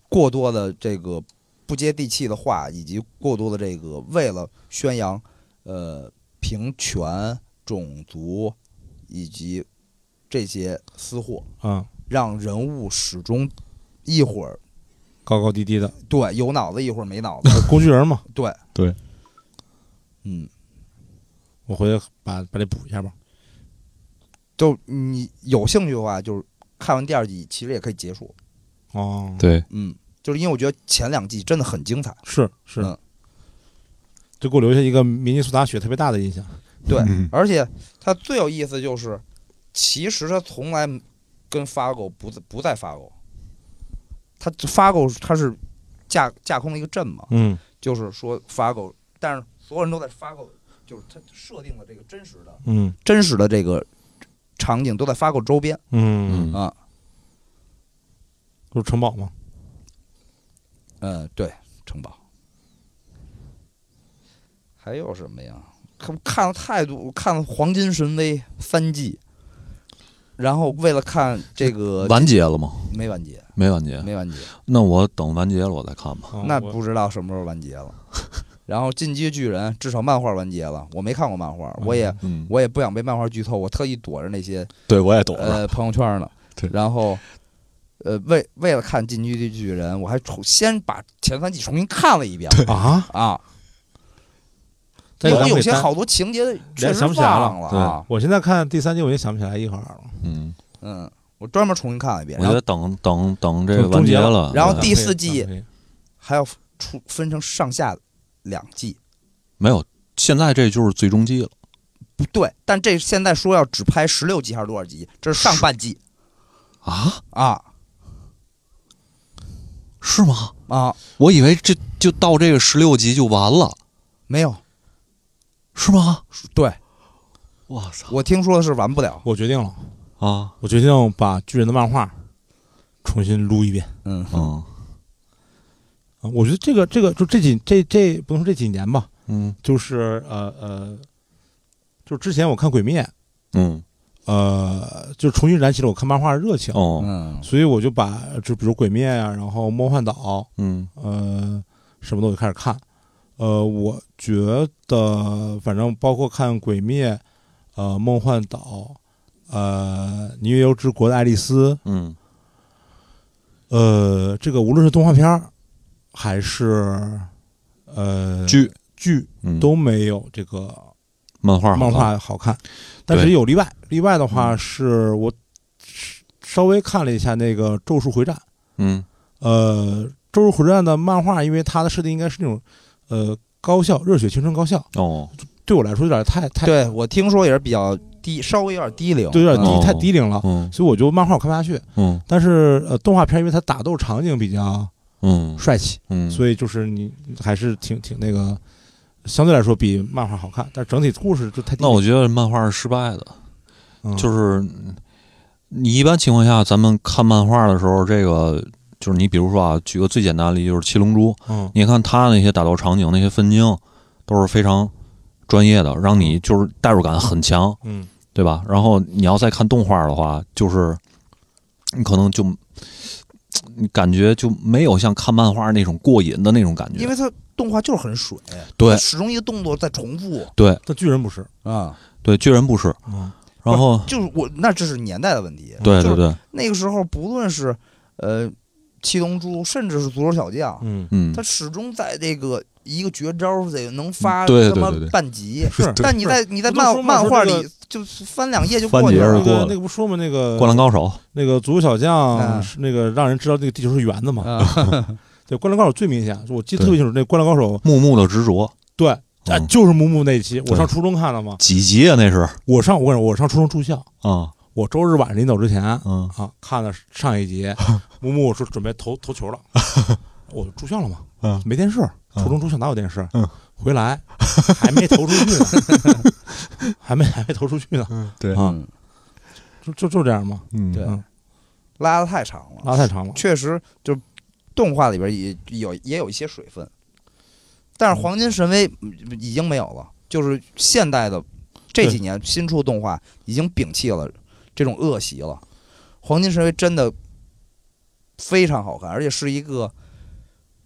Speaker 3: 过多的这个不接地气的话，以及过多的这个为了宣扬呃平权、种族以及这些私货，
Speaker 2: 啊，
Speaker 3: 让人物始终一会儿
Speaker 2: 高高低低的呃
Speaker 3: 对有脑子，一会儿没脑 子，
Speaker 2: 工具人嘛，
Speaker 3: 对
Speaker 1: 对，
Speaker 3: 嗯，
Speaker 2: 我回去把把这补一下吧。
Speaker 3: 就你有兴趣的话，就是看完第二季，其实也可以结束。
Speaker 2: 哦，，
Speaker 1: 对，
Speaker 3: 嗯，就是因为我觉得前两季真的很精彩。
Speaker 2: 是是
Speaker 3: 嗯，
Speaker 2: 就给我留下一个明尼苏达雪特别大的印象。
Speaker 3: 对，
Speaker 1: 嗯
Speaker 3: 而且它最有意思就是，其实它从来跟发狗不在不在发狗，它发狗它是架架空了一个阵嘛，
Speaker 2: 嗯
Speaker 3: 就是说发狗，但是所有人都在发狗，就是它设定了这个真实的
Speaker 2: 嗯
Speaker 3: 真实的这个场景都在发狗周边
Speaker 1: 嗯，
Speaker 2: 嗯，
Speaker 3: 啊，
Speaker 2: 不是城堡吗？
Speaker 1: 呃
Speaker 3: 嗯，对，城堡。还有什么呀？看看了太多，我看了《黄金神威》三季，然后为了看这个
Speaker 1: 完嗯结了吗？
Speaker 3: 没完结，
Speaker 1: 没完结，
Speaker 3: 没完结，
Speaker 1: 那我等完结了啊我再看吧。
Speaker 2: 哦
Speaker 3: 那
Speaker 2: 我
Speaker 3: 不知道什么时候完 结了。然后《进击的巨人》至少漫画完结了，我没看过漫画，我也
Speaker 1: 嗯，
Speaker 3: 我也不想被漫画剧透，我特意躲着那些
Speaker 1: 对，我也懂了。
Speaker 3: 呃朋友圈呢
Speaker 1: 嗯对。
Speaker 3: 然后，呃，为为了看《进击的巨人》，我还重先把前三季重新看了一遍
Speaker 2: 啊，
Speaker 3: 啊。
Speaker 2: 但是咱
Speaker 3: 有
Speaker 2: 们
Speaker 3: 有
Speaker 2: 给
Speaker 3: 些
Speaker 2: 单
Speaker 3: 好多情节确
Speaker 2: 连
Speaker 3: 实
Speaker 2: 想不起来了
Speaker 3: 忘了啊。
Speaker 2: 我现在看第三季我已经想不起来一和二了。
Speaker 1: 嗯，
Speaker 3: 嗯，我专门重新看了一遍。
Speaker 1: 我
Speaker 3: 然
Speaker 1: 觉
Speaker 3: 后
Speaker 1: 得等等等这个
Speaker 2: 终
Speaker 1: 完结
Speaker 2: 结了
Speaker 1: 了，
Speaker 3: 然后
Speaker 1: 对
Speaker 3: 第
Speaker 2: 咱们可以
Speaker 3: 四季
Speaker 2: 咱们可以
Speaker 3: 还要出分成上下两季，
Speaker 1: 没有，现在这就是最终季了。
Speaker 3: 不对，但这现在说要只拍十六集还是多少集？这是上半季
Speaker 1: 啊，
Speaker 3: 啊
Speaker 1: 是吗？
Speaker 3: 啊，
Speaker 1: 我以为这就到这个十六集就完了，
Speaker 3: 没有。
Speaker 1: 是吗？
Speaker 3: 对
Speaker 1: 我操
Speaker 3: 我听说是完不了，
Speaker 2: 我决定了，
Speaker 1: 啊！
Speaker 2: 我决定把巨人的漫画重新撸一遍。
Speaker 3: 嗯
Speaker 2: 哦
Speaker 1: 嗯
Speaker 2: 啊我觉得这个这个就这几这这不能说这几年吧，
Speaker 1: 嗯
Speaker 2: 就是呃呃，就是之前我看《鬼灭》，
Speaker 1: 嗯
Speaker 2: 呃，就重新燃起了我看漫画的热情，
Speaker 1: 哦
Speaker 3: 嗯
Speaker 2: 所以我就把就比如《鬼灭》啊，然后《梦幻岛》
Speaker 1: 嗯
Speaker 2: 呃什么的我就开始看。呃，我觉得反正包括看《鬼灭》，呃，《梦幻岛》，呃，《尼游之国的爱丽丝》，
Speaker 1: 嗯
Speaker 2: 呃，这个无论是动画片儿还是呃
Speaker 1: 剧
Speaker 2: 剧
Speaker 1: 嗯，
Speaker 2: 都没有这个
Speaker 1: 漫画好
Speaker 2: 漫
Speaker 1: 看
Speaker 2: 画好看，但是有例外。例外的话是我稍微看了一下那个《咒术回战》，
Speaker 1: 嗯
Speaker 2: 呃，《咒术回战》的漫画，因为它的设定应该是那种呃高校热血青春高校，
Speaker 1: 哦
Speaker 2: 对我来说有点太太
Speaker 3: 对我听说也是比较低，稍微有点低龄，
Speaker 2: 对有点
Speaker 3: 嗯
Speaker 1: 哦
Speaker 2: 低太低龄了，
Speaker 1: 嗯
Speaker 2: 所以我就漫画我看不下去。
Speaker 1: 嗯
Speaker 2: 但是呃，动画片因为它打斗场景比较
Speaker 1: 嗯
Speaker 2: 帅气，
Speaker 1: 嗯，以
Speaker 2: 所以就是你还是挺挺那个，相对来说比漫画好看，但整体故事就太低
Speaker 1: 那我觉得漫画是失败的，
Speaker 2: 嗯
Speaker 1: 就是你一般情况下咱们看漫画的时候，这个就是你比如说啊，举个最简单的例子就是《七龙珠》，
Speaker 2: 嗯
Speaker 1: 你看他那些打斗场景、那些分镜都是非常专业的，让你就是代入感很强，
Speaker 2: 嗯
Speaker 1: 对吧？然后你要再看动画的话，就是你可能就你感觉就没有像看漫画那种过瘾的那种感觉，
Speaker 3: 因为它动画就是很水，
Speaker 1: 对
Speaker 3: 始终一个动作在重复
Speaker 1: 对
Speaker 2: 但巨人不是，
Speaker 3: 啊。
Speaker 1: 对，巨人不是，
Speaker 2: 嗯
Speaker 1: 然后
Speaker 3: 就是我那这是年代的问题，
Speaker 1: 对对
Speaker 3: 就是
Speaker 1: 对，
Speaker 3: 那个时候不论是呃七龙珠，甚至是足球小将，
Speaker 2: 嗯
Speaker 1: 嗯
Speaker 3: 他，始终在这个一个绝招得能发
Speaker 1: 嗯对
Speaker 3: 他妈
Speaker 1: 对对对
Speaker 3: 半级，
Speaker 2: 是
Speaker 1: 对
Speaker 3: 但你在你在
Speaker 2: 不都说
Speaker 3: 漫
Speaker 2: 嘛
Speaker 3: 漫画
Speaker 2: 说这
Speaker 3: 里
Speaker 2: 个
Speaker 3: 就是翻两页就
Speaker 1: 翻
Speaker 3: 过去
Speaker 1: 节而
Speaker 2: 那
Speaker 3: 了
Speaker 1: 过
Speaker 2: 个那个不说嘛，那个
Speaker 1: 灌篮高手，
Speaker 2: 那个足球小将
Speaker 1: 啊
Speaker 3: 嗯
Speaker 2: 是那个让人知道这个地球是圆的嘛？
Speaker 3: 啊，
Speaker 2: 对，灌篮高手最明显，就我记
Speaker 1: 对
Speaker 2: 得特别清楚，那灌篮高手
Speaker 1: 木木的执着，
Speaker 2: 对。
Speaker 1: 嗯
Speaker 2: 啊，就是木木那一期，我
Speaker 1: 对
Speaker 2: 上初中看了嘛。
Speaker 1: 几集啊？那是
Speaker 2: 我上我跟你说，我上初中住校，
Speaker 1: 啊，
Speaker 2: 我周日晚上临走之前啊，
Speaker 1: 嗯
Speaker 2: 看了上 一集，木木说准备投投球了，我住校了嘛，
Speaker 1: 嗯
Speaker 2: 没电视，
Speaker 1: 嗯
Speaker 2: 初中住校哪有电视？
Speaker 1: 嗯
Speaker 2: 回来还没投出去呢，还没还没投出去呢，
Speaker 1: 嗯，对
Speaker 2: 啊
Speaker 3: 嗯
Speaker 2: 就就就这样嘛，
Speaker 1: 嗯
Speaker 3: 对
Speaker 2: 嗯，
Speaker 3: 拉的太长了，
Speaker 2: 拉太长了。
Speaker 3: 确实就动画里边也有也有一些水分，但是黄金神威嗯已经没有了，就是现代的这几年新出动画已经摒弃了这种恶习了。黄金神威真的非常好看，而且是一个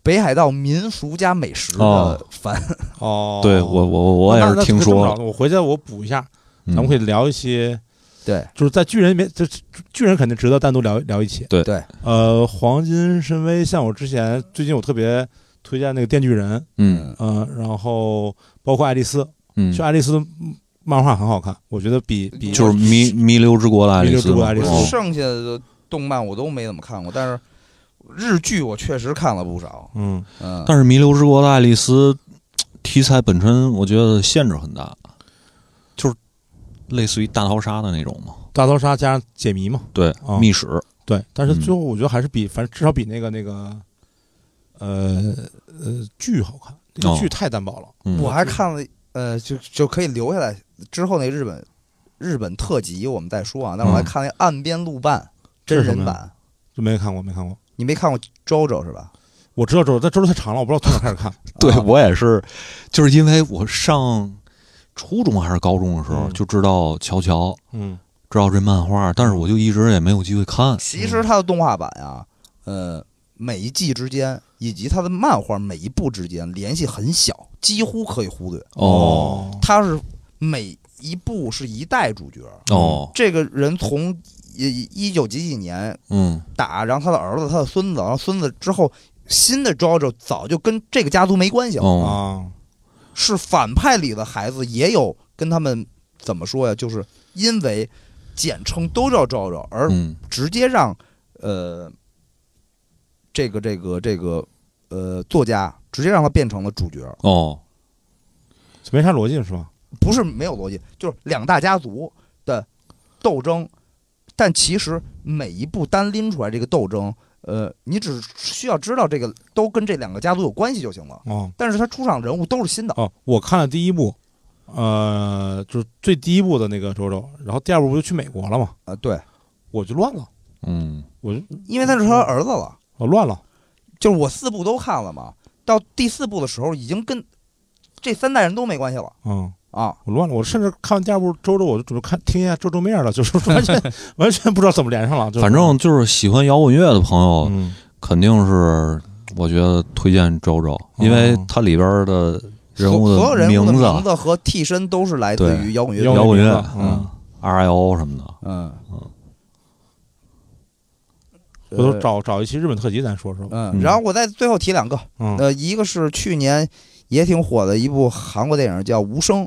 Speaker 3: 北海道民俗加美食的
Speaker 1: 哦
Speaker 3: 番。
Speaker 2: 哦，
Speaker 1: 对我我我我也
Speaker 2: 那
Speaker 1: 是
Speaker 2: 那
Speaker 1: 听
Speaker 2: 这么
Speaker 1: 说
Speaker 2: 着
Speaker 1: 了，
Speaker 2: 呢我回去我补一下，
Speaker 1: 嗯
Speaker 2: 咱们可以聊一些，
Speaker 3: 对，
Speaker 2: 就是在巨人面，这巨人肯定值得单独聊聊一期。
Speaker 1: 对
Speaker 3: 对，
Speaker 2: 呃，黄金神威，像我之前最近我特别推荐那个电锯人，
Speaker 1: 嗯
Speaker 2: 嗯、然后包括爱丽丝，
Speaker 1: 嗯
Speaker 2: 就，爱丽丝漫画很好看，我觉得比比
Speaker 1: 就是弥弥留之国的爱丽丝
Speaker 2: 弥留之
Speaker 1: 嘛，
Speaker 2: 国的爱丽丝
Speaker 1: 哦
Speaker 3: 剩下的动漫我都没怎么看过，但是日剧我确实看了不少。
Speaker 2: 嗯，
Speaker 3: 嗯，
Speaker 1: 但是《弥留之国的爱丽丝》题材本身，我觉得限制很大，就是类似于大逃杀的那种嘛，啊
Speaker 2: 大逃杀加上解谜嘛，
Speaker 1: 对，
Speaker 2: 哦
Speaker 1: 密室，
Speaker 2: 对，但是
Speaker 1: 嗯
Speaker 2: 最后我觉得还是比，反正至少比那个那个，呃呃剧好看，那
Speaker 1: 哦
Speaker 2: 个剧太单薄了，
Speaker 1: 嗯，
Speaker 3: 我还看了，呃，就就可以留下来之后那日本日本特辑，我们再说啊。但是我还
Speaker 1: 嗯
Speaker 3: 看了《岸边露伴》真人版，
Speaker 2: 就没看过没看过。
Speaker 3: 你没看过《JoJo》是吧？
Speaker 2: 我知道周，但周太长了，我不知道从哪开始看。
Speaker 1: 对
Speaker 3: 啊
Speaker 1: 我也是，就是因为我上初中还是高中的时候
Speaker 2: 嗯
Speaker 1: 就知道乔乔，
Speaker 2: 嗯
Speaker 1: 知道这漫画，但是我就一直也没有机会看。
Speaker 3: 其实它的动画版啊，呃，每一季之间以及它的漫画每一部之间联系很小，几乎可以忽略。
Speaker 1: 哦
Speaker 3: 它是每一部是一代主角，
Speaker 1: 哦，
Speaker 3: 这个人从一一九几几年
Speaker 1: 嗯
Speaker 3: 打，然后他的儿子、他的孙子，然后孙子之后新的 JoJo 早就跟这个家族没关系了，
Speaker 1: 哦
Speaker 2: 啊，
Speaker 3: 是反派里的孩子也有跟他们怎么说呀？就是因为简称都叫 JoJo，而
Speaker 1: 嗯
Speaker 3: 直接让呃这个这个这个呃作家直接让他变成了主角，
Speaker 1: 哦
Speaker 2: 就没啥逻辑是吧？
Speaker 3: 不是没有逻辑，就是两大家族的斗争，但其实每一步单拎出来这个斗争，呃，你只需要知道这个都跟这两个家族有关系就行了。
Speaker 1: 嗯
Speaker 2: 哦
Speaker 3: 但是他出场人物都是新的，
Speaker 2: 哦，我看了第一部，呃，就是最第一部的那个周周，然后第二部不就去美国了嘛，
Speaker 3: 呃，对，
Speaker 2: 我就乱了，
Speaker 1: 嗯
Speaker 2: 我就
Speaker 3: 因为他是他儿子了，
Speaker 2: 我乱了，
Speaker 3: 就是我四部都看了嘛，到第四部的时候已经跟这三代人都没关系了
Speaker 2: 嗯。
Speaker 3: 啊，
Speaker 2: 我乱了，我甚至看完第二部周周，我就准备看听一下周周面了，就是 完全完全不知道怎么连上了。就是
Speaker 1: 反正就是喜欢摇滚乐的朋友，
Speaker 2: 嗯，
Speaker 1: 肯定是我觉得推荐周周，因为它里边的人物
Speaker 3: 所所有
Speaker 1: 的
Speaker 3: 哦人物的
Speaker 1: 字啊
Speaker 3: 名字和替身都是来自
Speaker 1: 对
Speaker 3: 于摇滚乐
Speaker 2: 摇
Speaker 3: 队，
Speaker 1: 摇滚乐
Speaker 2: 名字，
Speaker 1: 嗯，R I O 什么的，
Speaker 3: 嗯
Speaker 1: 嗯
Speaker 2: 回头
Speaker 3: 呃
Speaker 2: 找找一期日本特辑咱说说吧。
Speaker 3: 嗯，然后我再最后提两个，
Speaker 2: 嗯，
Speaker 3: 呃，一个是去年也挺火的一部韩国电影叫《无声》，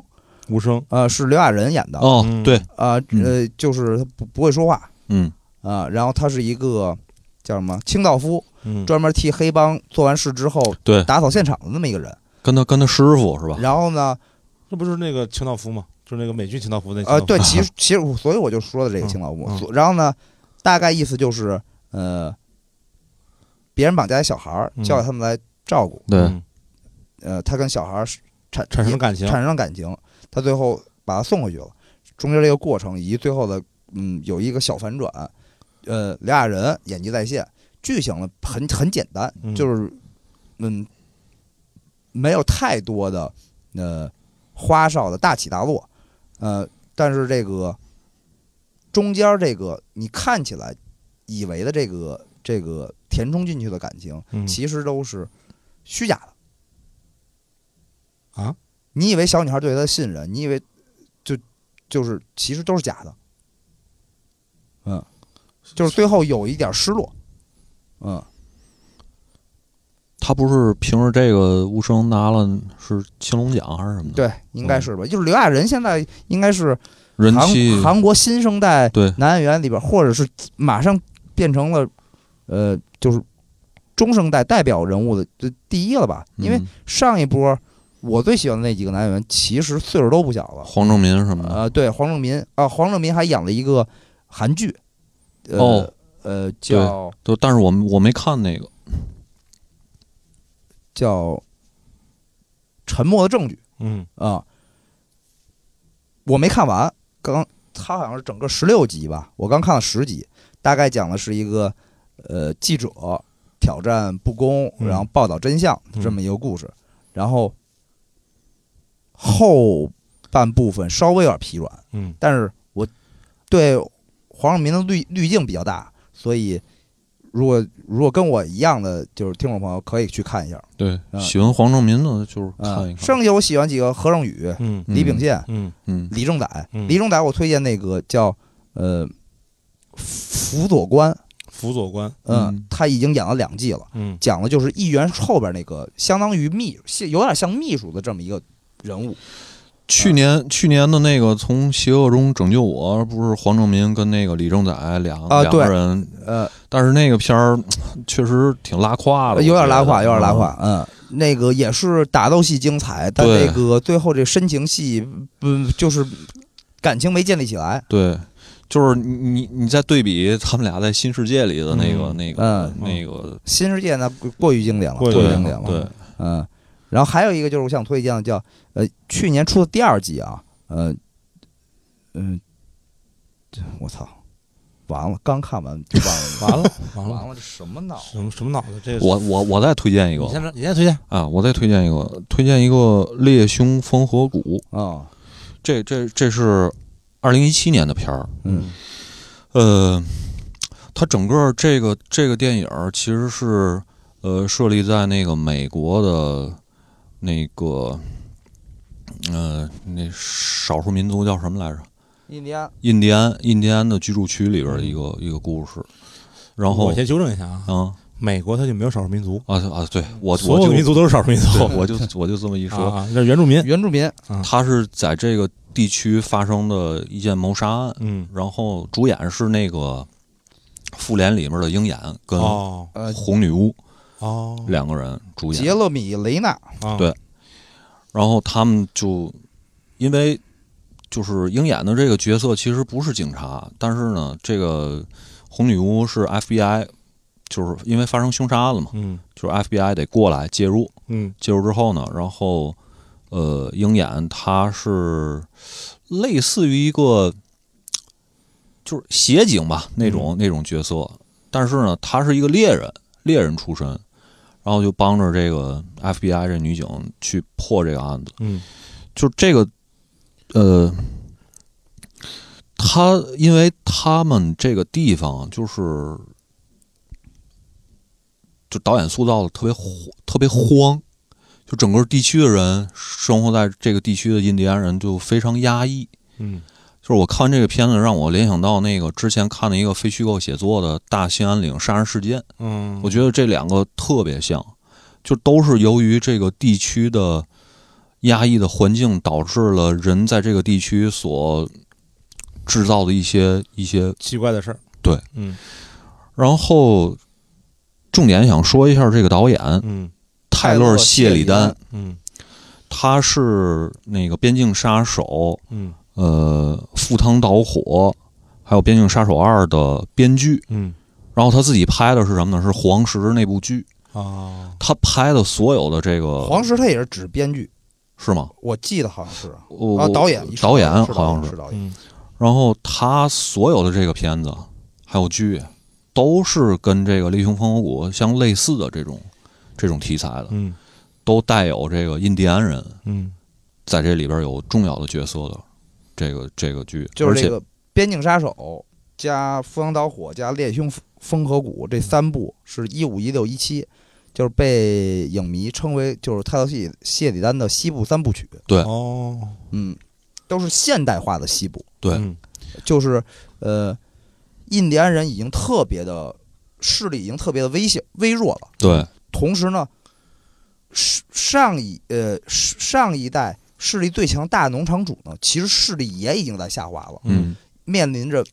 Speaker 2: 无声，
Speaker 3: 呃，是刘亚仁演的，
Speaker 1: 哦
Speaker 2: 嗯
Speaker 1: 对，
Speaker 3: 啊，
Speaker 1: 嗯
Speaker 3: 呃，就是他不不会说话
Speaker 1: 嗯
Speaker 3: 啊，然后他是一个叫什么清道夫，
Speaker 2: 嗯，
Speaker 3: 专门替黑帮做完事之后
Speaker 1: 对，
Speaker 3: 打扫现场的那么一个人。
Speaker 1: 跟他跟他师傅是吧？
Speaker 3: 然后呢，
Speaker 2: 这不就是那个清道夫吗？就是那个美剧清道夫那
Speaker 1: 啊
Speaker 2: 嗯清道
Speaker 3: 呃，
Speaker 2: 夫
Speaker 3: 对，其实其实我所以我就说的这个清道夫
Speaker 2: 嗯嗯，
Speaker 3: 所然后呢，大概意思就是呃，别人绑架一小孩儿，
Speaker 2: 嗯
Speaker 3: 叫他们来照顾，
Speaker 1: 对，
Speaker 2: 嗯
Speaker 3: 呃，他跟小孩儿是产
Speaker 2: 产生了感情，
Speaker 3: 产生了感情，他最后把他送回去了。中间这个过程以及最后的嗯有一个小反转，呃，俩人演技在线，剧情呢很很简单，
Speaker 2: 嗯
Speaker 3: 就是嗯没有太多的呃花哨的大起大落，呃，但是这个中间这个你看起来以为的这个这个填充进去的感情，
Speaker 2: 嗯
Speaker 3: 其实都是虚假的。
Speaker 2: 啊？
Speaker 3: 你以为小女孩对他的信任，你以为就就是其实都是假的。嗯，就是最后有一点失落。嗯，
Speaker 1: 他不是凭着这个无声拿了是青龙奖还是什么的？，
Speaker 3: 对，应该是吧。就是刘亚仁现在应该是
Speaker 1: 人
Speaker 3: 韩
Speaker 1: 气
Speaker 3: 韩国新生代
Speaker 1: 对
Speaker 3: 男演员里边，或者是马上变成了呃，就是中生代代表人物的呃第一了吧？因为
Speaker 1: 嗯
Speaker 3: 上一波我最喜欢的那几个男演员，其实岁数都不小了。
Speaker 1: 黄正民什么的，
Speaker 3: 呃，对，黄正民啊，黄正民还演了一个韩剧，呃、
Speaker 1: 哦，
Speaker 3: 呃，叫
Speaker 1: 都但是我我没看那个，
Speaker 3: 叫《沉默的证据
Speaker 2: 嗯》
Speaker 3: 啊，我没看完，刚他好像是整个十六集吧，我刚看了十集，大概讲的是一个呃记者挑战不公，
Speaker 2: 嗯
Speaker 3: 然后报道真相、
Speaker 2: 嗯
Speaker 3: 这么一个故事，然后后半部分稍微有点疲软。
Speaker 2: 嗯
Speaker 3: 但是我对黄晓明的滤滤镜比较大，所以如果如果跟我一样的就是听众朋友可以去看一下。
Speaker 1: 对，
Speaker 3: 啊
Speaker 1: 喜欢黄正民的就是看一
Speaker 3: 嗯，
Speaker 1: 看。
Speaker 3: 剩下我喜欢几个何正宇、
Speaker 2: 嗯
Speaker 1: 嗯
Speaker 3: 李秉宪、
Speaker 2: 嗯
Speaker 1: 嗯
Speaker 3: 李正宰。
Speaker 2: 嗯，
Speaker 3: 李正宰我推荐那个叫呃辅佐官，
Speaker 2: 辅佐官，
Speaker 1: 嗯
Speaker 3: 嗯，他已经演了两季了，
Speaker 2: 嗯
Speaker 3: 讲的就是议员后边那个相当于秘，有点像秘书的这么一个人物。
Speaker 1: 去年去年的那个《从邪恶中拯救我》，不是黄正民跟那个李正宰两、
Speaker 3: 啊
Speaker 1: 两
Speaker 3: 对
Speaker 1: 个人，
Speaker 3: 呃，
Speaker 1: 但是那个片儿确实挺拉胯的，
Speaker 3: 有点拉胯，
Speaker 1: 我
Speaker 3: 有
Speaker 1: 觉得
Speaker 3: 点拉。胯。嗯，那个也是打斗戏精彩，但
Speaker 1: 对
Speaker 3: 那个最后这深情戏，嗯，就是感情没建立起来。
Speaker 1: 对，就是你你你再对比他们俩在《新世界》里的那个、
Speaker 2: 嗯
Speaker 1: 那个、
Speaker 3: 嗯
Speaker 1: 那个，
Speaker 3: 新世界呢，过过于经典了，
Speaker 2: 过于
Speaker 3: 于
Speaker 1: 对
Speaker 3: 经典了。
Speaker 1: 对，
Speaker 3: 嗯，然后还有一个就是我想推荐的叫呃，去年出的第二季啊，呃，嗯、这我操，完了，刚看完就忘
Speaker 2: 完
Speaker 3: 了，
Speaker 2: 了 完
Speaker 3: 完
Speaker 2: 了，
Speaker 3: 了，这什么脑？
Speaker 2: 什么什么脑子？这是
Speaker 1: 我我我再推荐一
Speaker 2: 你
Speaker 1: 个
Speaker 2: 先你先推荐，
Speaker 1: 啊，我再推荐一个，推荐一个《猎凶风和谷》，
Speaker 3: 啊、
Speaker 1: 这这这是二零一七年的片儿，
Speaker 3: 嗯
Speaker 1: 呃，它整个这个这个电影儿其实是呃设立在那个美国的那个呃那少数民族叫什么来着？
Speaker 3: 印第安，
Speaker 1: 印第安印第安的居住区里边的一个、
Speaker 2: 嗯
Speaker 1: 一个故事。然后
Speaker 2: 我先纠正一下啊，
Speaker 1: 嗯
Speaker 2: 美国它就没有少数民族，
Speaker 1: 啊啊对我
Speaker 2: 所
Speaker 1: 我
Speaker 2: 有
Speaker 1: 就
Speaker 2: 的民族都是少数民
Speaker 1: 对
Speaker 2: 族。
Speaker 1: 我就我就这么一说，
Speaker 2: 啊，那原住民，
Speaker 3: 原住民，
Speaker 1: 他是在这个地区发生的一件谋杀案，
Speaker 2: 嗯，
Speaker 1: 然后主演是那个复联里面的鹰眼跟
Speaker 2: 哦
Speaker 3: 呃，
Speaker 1: 红女巫
Speaker 2: 哦，
Speaker 1: 两个人主
Speaker 3: 杰
Speaker 1: 演，
Speaker 3: 勒米·雷纳，
Speaker 2: 啊
Speaker 1: 对然后他们就因为就是鹰眼的这个角色其实不是警察，但是呢，这个红女巫是 FBI，就是因为发生凶杀案了嘛，
Speaker 2: 嗯
Speaker 1: 就是 FBI 得过来介入，
Speaker 2: 嗯
Speaker 1: 介入之后呢，然后呃，鹰眼他是类似于一个就是协警吧那种、那种角色，但是呢，他是一个猎人，猎人出身，然后就帮着这个 FBI 这女警去破这个案子。
Speaker 2: 嗯
Speaker 1: 就这个呃，他因为他们这个地方就是。就导演塑造的特别荒特别荒，就整个地区的人生活在这个地区的印第安人就非常压抑。
Speaker 2: 嗯
Speaker 1: 就是我看这个片子，让我联想到那个之前看的一个非虚构写作的《大兴安岭杀人事件》，
Speaker 2: 嗯，
Speaker 1: 我觉得这两个特别像，就都是由于这个地区的压抑的环境，导致了人在这个地区所制造的一些一些
Speaker 2: 奇怪的事儿，
Speaker 1: 对，
Speaker 2: 嗯
Speaker 1: 然后重点想说一下这个导演
Speaker 2: 嗯
Speaker 1: 泰勒·谢里丹，
Speaker 2: 嗯
Speaker 1: 他是那个《边境杀手》
Speaker 2: 嗯
Speaker 1: 呃《赴汤蹈火》还有《边境杀手二》的编剧。
Speaker 2: 嗯
Speaker 1: 然后他自己拍的是什么呢？是黄石那部剧。
Speaker 2: 啊，
Speaker 1: 他拍的所有的这个
Speaker 3: 黄石他也是指编剧，
Speaker 1: 是吗？
Speaker 3: 我记得好像是啊，
Speaker 1: 我、
Speaker 3: 啊
Speaker 1: 我
Speaker 3: 导演，
Speaker 1: 导演
Speaker 3: 是
Speaker 1: 好像
Speaker 3: 是
Speaker 1: 是。
Speaker 3: 导演，
Speaker 2: 嗯
Speaker 1: 然后他所有的这个片子还有剧，都是跟这个《猎熊风火谷》相类似的这种这种题材的，
Speaker 2: 嗯
Speaker 1: 都带有这个印第安人
Speaker 2: 嗯
Speaker 1: 在这里边有重要的角色的这个这个剧，
Speaker 3: 就是这
Speaker 1: 而且
Speaker 3: 个《边境杀手》加《赴汤蹈火》加《猎凶风河谷》
Speaker 1: 嗯
Speaker 3: 这三部是一五一六一七，就是被影迷称为就是泰勒谢谢里丹的西部三部曲，
Speaker 2: 哦，
Speaker 3: 嗯，都是现代化的西部，
Speaker 1: 对
Speaker 2: 嗯
Speaker 3: 就是呃，印第安人已经特别的势力已经特别的微小微弱了，
Speaker 1: 对
Speaker 3: 同时呢，上上一呃上上一代势力最强大的农场主呢，其实势力也已经在下滑了。
Speaker 1: 嗯
Speaker 3: 面临着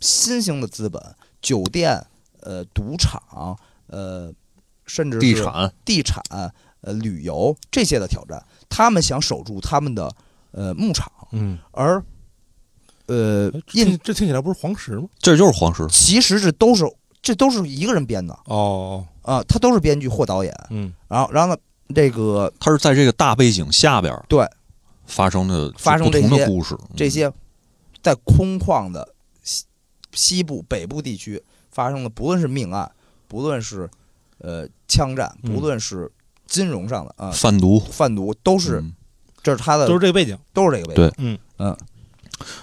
Speaker 3: 新兴的资本，酒店、呃赌场、呃甚至是
Speaker 1: 地产
Speaker 3: 地产、呃旅游这些的挑战，他们想守住他们的呃牧场，
Speaker 2: 嗯，
Speaker 3: 而呃
Speaker 1: 哎
Speaker 2: 印
Speaker 3: 印
Speaker 2: 这听起来不是黄石吗？
Speaker 1: 这就是黄石，
Speaker 3: 其实这都是这都是一个人编的
Speaker 2: 哦，
Speaker 3: 啊、他都是编剧或导演，
Speaker 2: 嗯
Speaker 3: 然后然后呢这个
Speaker 1: 它是在这个大背景下边儿
Speaker 3: 对
Speaker 1: 发生的
Speaker 3: 发生
Speaker 1: 不
Speaker 3: 这
Speaker 1: 同的
Speaker 3: 些
Speaker 1: 故事，嗯
Speaker 3: 这些在空旷的西西部、北部地区发生的，不论是命案，不论是呃枪战，
Speaker 2: 嗯
Speaker 3: 不论是金融上的啊、
Speaker 1: 贩毒
Speaker 3: 贩毒，都是
Speaker 1: 嗯
Speaker 3: 这是他的
Speaker 2: 都是这个背景，
Speaker 3: 都是这个位置。
Speaker 1: 对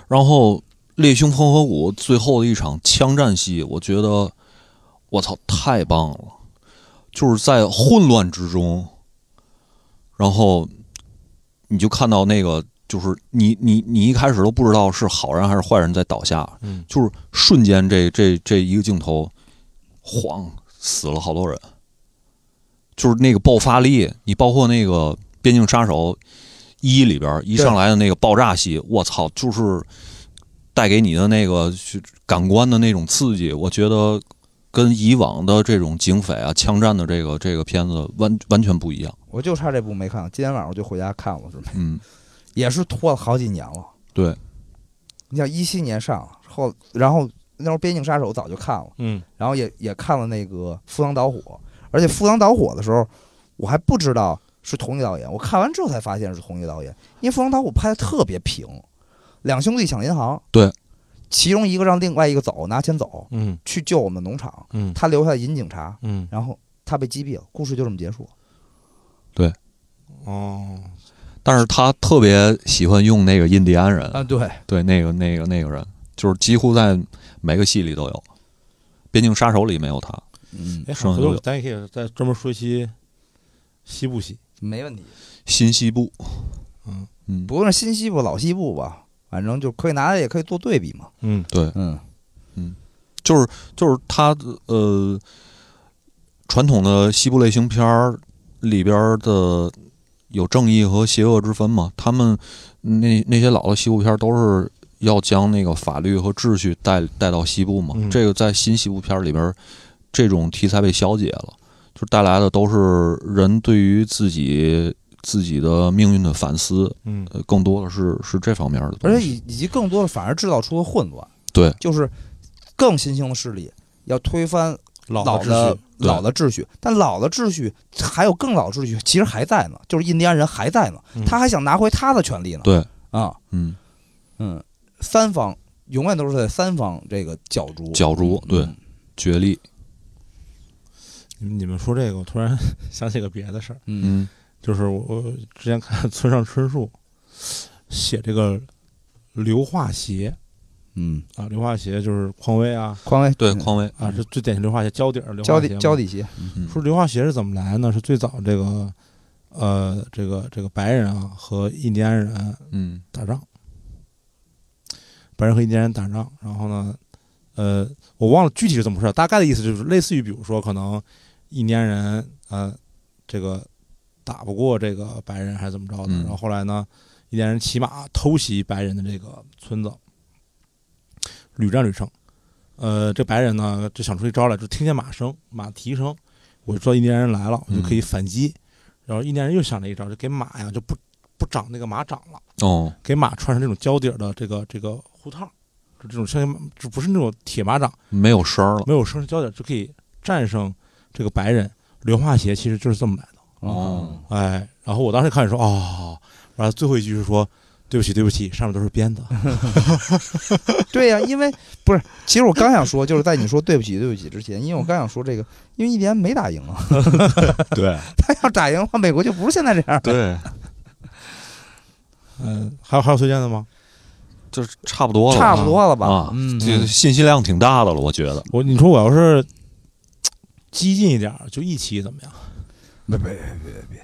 Speaker 1: 然后《猎熊风河谷》最后的一场枪战戏，我觉得我操太棒了，就是在混乱之中，然后你就看到那个，就是你你你一开始都不知道是好人还是坏人在倒下，
Speaker 2: 嗯
Speaker 1: 就是瞬间这这这一个镜头，晃死了好多人，就是那个爆发力，你包括那个《边境杀手一》里边一上来的那个爆炸戏，我操，就是带给你的那个去感官的那种刺激，我觉得跟以往的这种警匪啊、枪战的这个这个片子完完全不一样。
Speaker 3: 我就差这部没看，今天晚上我就回家看了，准备
Speaker 1: 嗯，
Speaker 3: 也是拖了好几年了。
Speaker 1: 对，
Speaker 3: 你像一七年上后，然后那时候《边境杀手》早就看了。
Speaker 2: 嗯
Speaker 3: 然后也也看了那个《赴汤蹈火》，而且《赴汤蹈火》的时候，我还不知道是同一导演，我看完之后才发现是同一导演，因为《赴汤蹈火》拍的特别平，两兄弟抢银行，
Speaker 1: 对，
Speaker 3: 其中一个让另外一个走，拿钱走
Speaker 2: 嗯
Speaker 3: 去救我们农场，
Speaker 2: 嗯
Speaker 3: 他留下银警察，
Speaker 2: 嗯，
Speaker 3: 然后他被击毙了，故事就这么结束。
Speaker 2: 哦，
Speaker 1: 但是他特别喜欢用那个印第安人，
Speaker 3: 啊，对，
Speaker 1: 对，那个那个那个人，就是几乎在每个戏里都有，《边境杀手》里没有他。
Speaker 3: 嗯，
Speaker 2: 哎，
Speaker 1: 剩下
Speaker 2: 好回
Speaker 1: 都
Speaker 2: 头
Speaker 1: 有
Speaker 2: 咱也可以再专门说一期西部戏。
Speaker 3: 没问题。
Speaker 1: 新西部，
Speaker 2: 嗯
Speaker 1: 嗯，
Speaker 3: 不论是新西部老西部吧，反正就可以拿来也可以做对比嘛。
Speaker 2: 嗯，
Speaker 1: 对，
Speaker 3: 嗯，
Speaker 1: 就是就是他呃，传统的西部类型片儿里边儿的有正义和邪恶之分嘛，他们那那些老的西部片儿都是要将那个法律和秩序带带到西部嘛，
Speaker 2: 嗯
Speaker 1: 这个在新西部片儿里边儿这种题材被消解了，就带来的都是人对于自己自己的命运的反思，
Speaker 2: 嗯
Speaker 1: 呃，更多的是是这方面的东
Speaker 3: 而且
Speaker 1: 西，
Speaker 3: 以以及更多的反而制造出了混乱，
Speaker 1: 嗯对，
Speaker 3: 就是更新兴的势力要推翻
Speaker 2: 老
Speaker 3: 老
Speaker 2: 的
Speaker 3: 的
Speaker 2: 秩序
Speaker 1: 对
Speaker 3: 老的秩序，但老的秩序还有更老的秩序，其实还在呢，就是印第安人还在呢，
Speaker 2: 嗯
Speaker 3: 他还想拿回他的权利呢。
Speaker 1: 对，
Speaker 3: 啊，
Speaker 1: 嗯，
Speaker 3: 嗯，三方永远都是在三方这个角逐，
Speaker 1: 角逐，对，
Speaker 3: 嗯
Speaker 1: 角力，
Speaker 2: 你们你们说这个，我突然 想起个别的事儿，
Speaker 3: 嗯
Speaker 1: 嗯
Speaker 2: 就是我我之前看村上春树写这个硫化鞋
Speaker 3: 嗯，
Speaker 2: 啊，硫化鞋就是匡威啊
Speaker 3: 匡威
Speaker 1: 对，
Speaker 3: 嗯
Speaker 1: 匡威，
Speaker 2: 啊，是最典型硫化鞋胶底儿硫
Speaker 3: 交
Speaker 2: 化
Speaker 3: 底
Speaker 2: 鞋嘛。
Speaker 3: 交底鞋，
Speaker 1: 嗯
Speaker 2: 说硫化鞋是怎么来呢？是最早这个呃这个这个白人啊和印第安人
Speaker 1: 嗯。
Speaker 2: 打仗，白人和印第安人打仗，然后呢，呃，我忘了具体是怎么回事，大概的意思就是类似于，比如说可能印第安人呃这个打不过这个白人还是怎么着的，
Speaker 1: 嗯
Speaker 2: 然后后来呢，印第安人骑马偷袭白人的这个村子，屡战屡胜。呃，这白人呢就想出一招来，就听见马声、马蹄声，我就知道印第安人来了，我就可以反击。然后印第安人又想了一招，就给马呀就不不长那个马掌了。
Speaker 1: 哦，
Speaker 2: 给马穿上这种胶底儿的这个这个护套，就这种像就不是那种铁马掌，
Speaker 1: 没有声儿了。
Speaker 2: 没有生胶底儿就可以战胜这个白人。硫化鞋其实就是这么来的，
Speaker 1: 哦
Speaker 3: 嗯
Speaker 2: 哎，然后我当时看着说，哦，完了最后一句是说，对不起，对不起，上面都是编的，
Speaker 3: 对呀、因为不是，其实我刚想说，就是在你说对不起对不起之前，因为我刚想说这个，因为印第安没打赢啊，
Speaker 1: 对
Speaker 3: 他要打赢的话，美国就不是现在这样。
Speaker 1: 对，
Speaker 2: 嗯、还有还有推荐的吗？
Speaker 1: 就是差不多了吧，
Speaker 3: 差不多了吧？
Speaker 1: 啊，
Speaker 3: 嗯，
Speaker 1: 这个信息量挺大的了，我觉得。
Speaker 2: 我你说我要是激进一点儿，就一期怎么样？
Speaker 3: 别别别别别，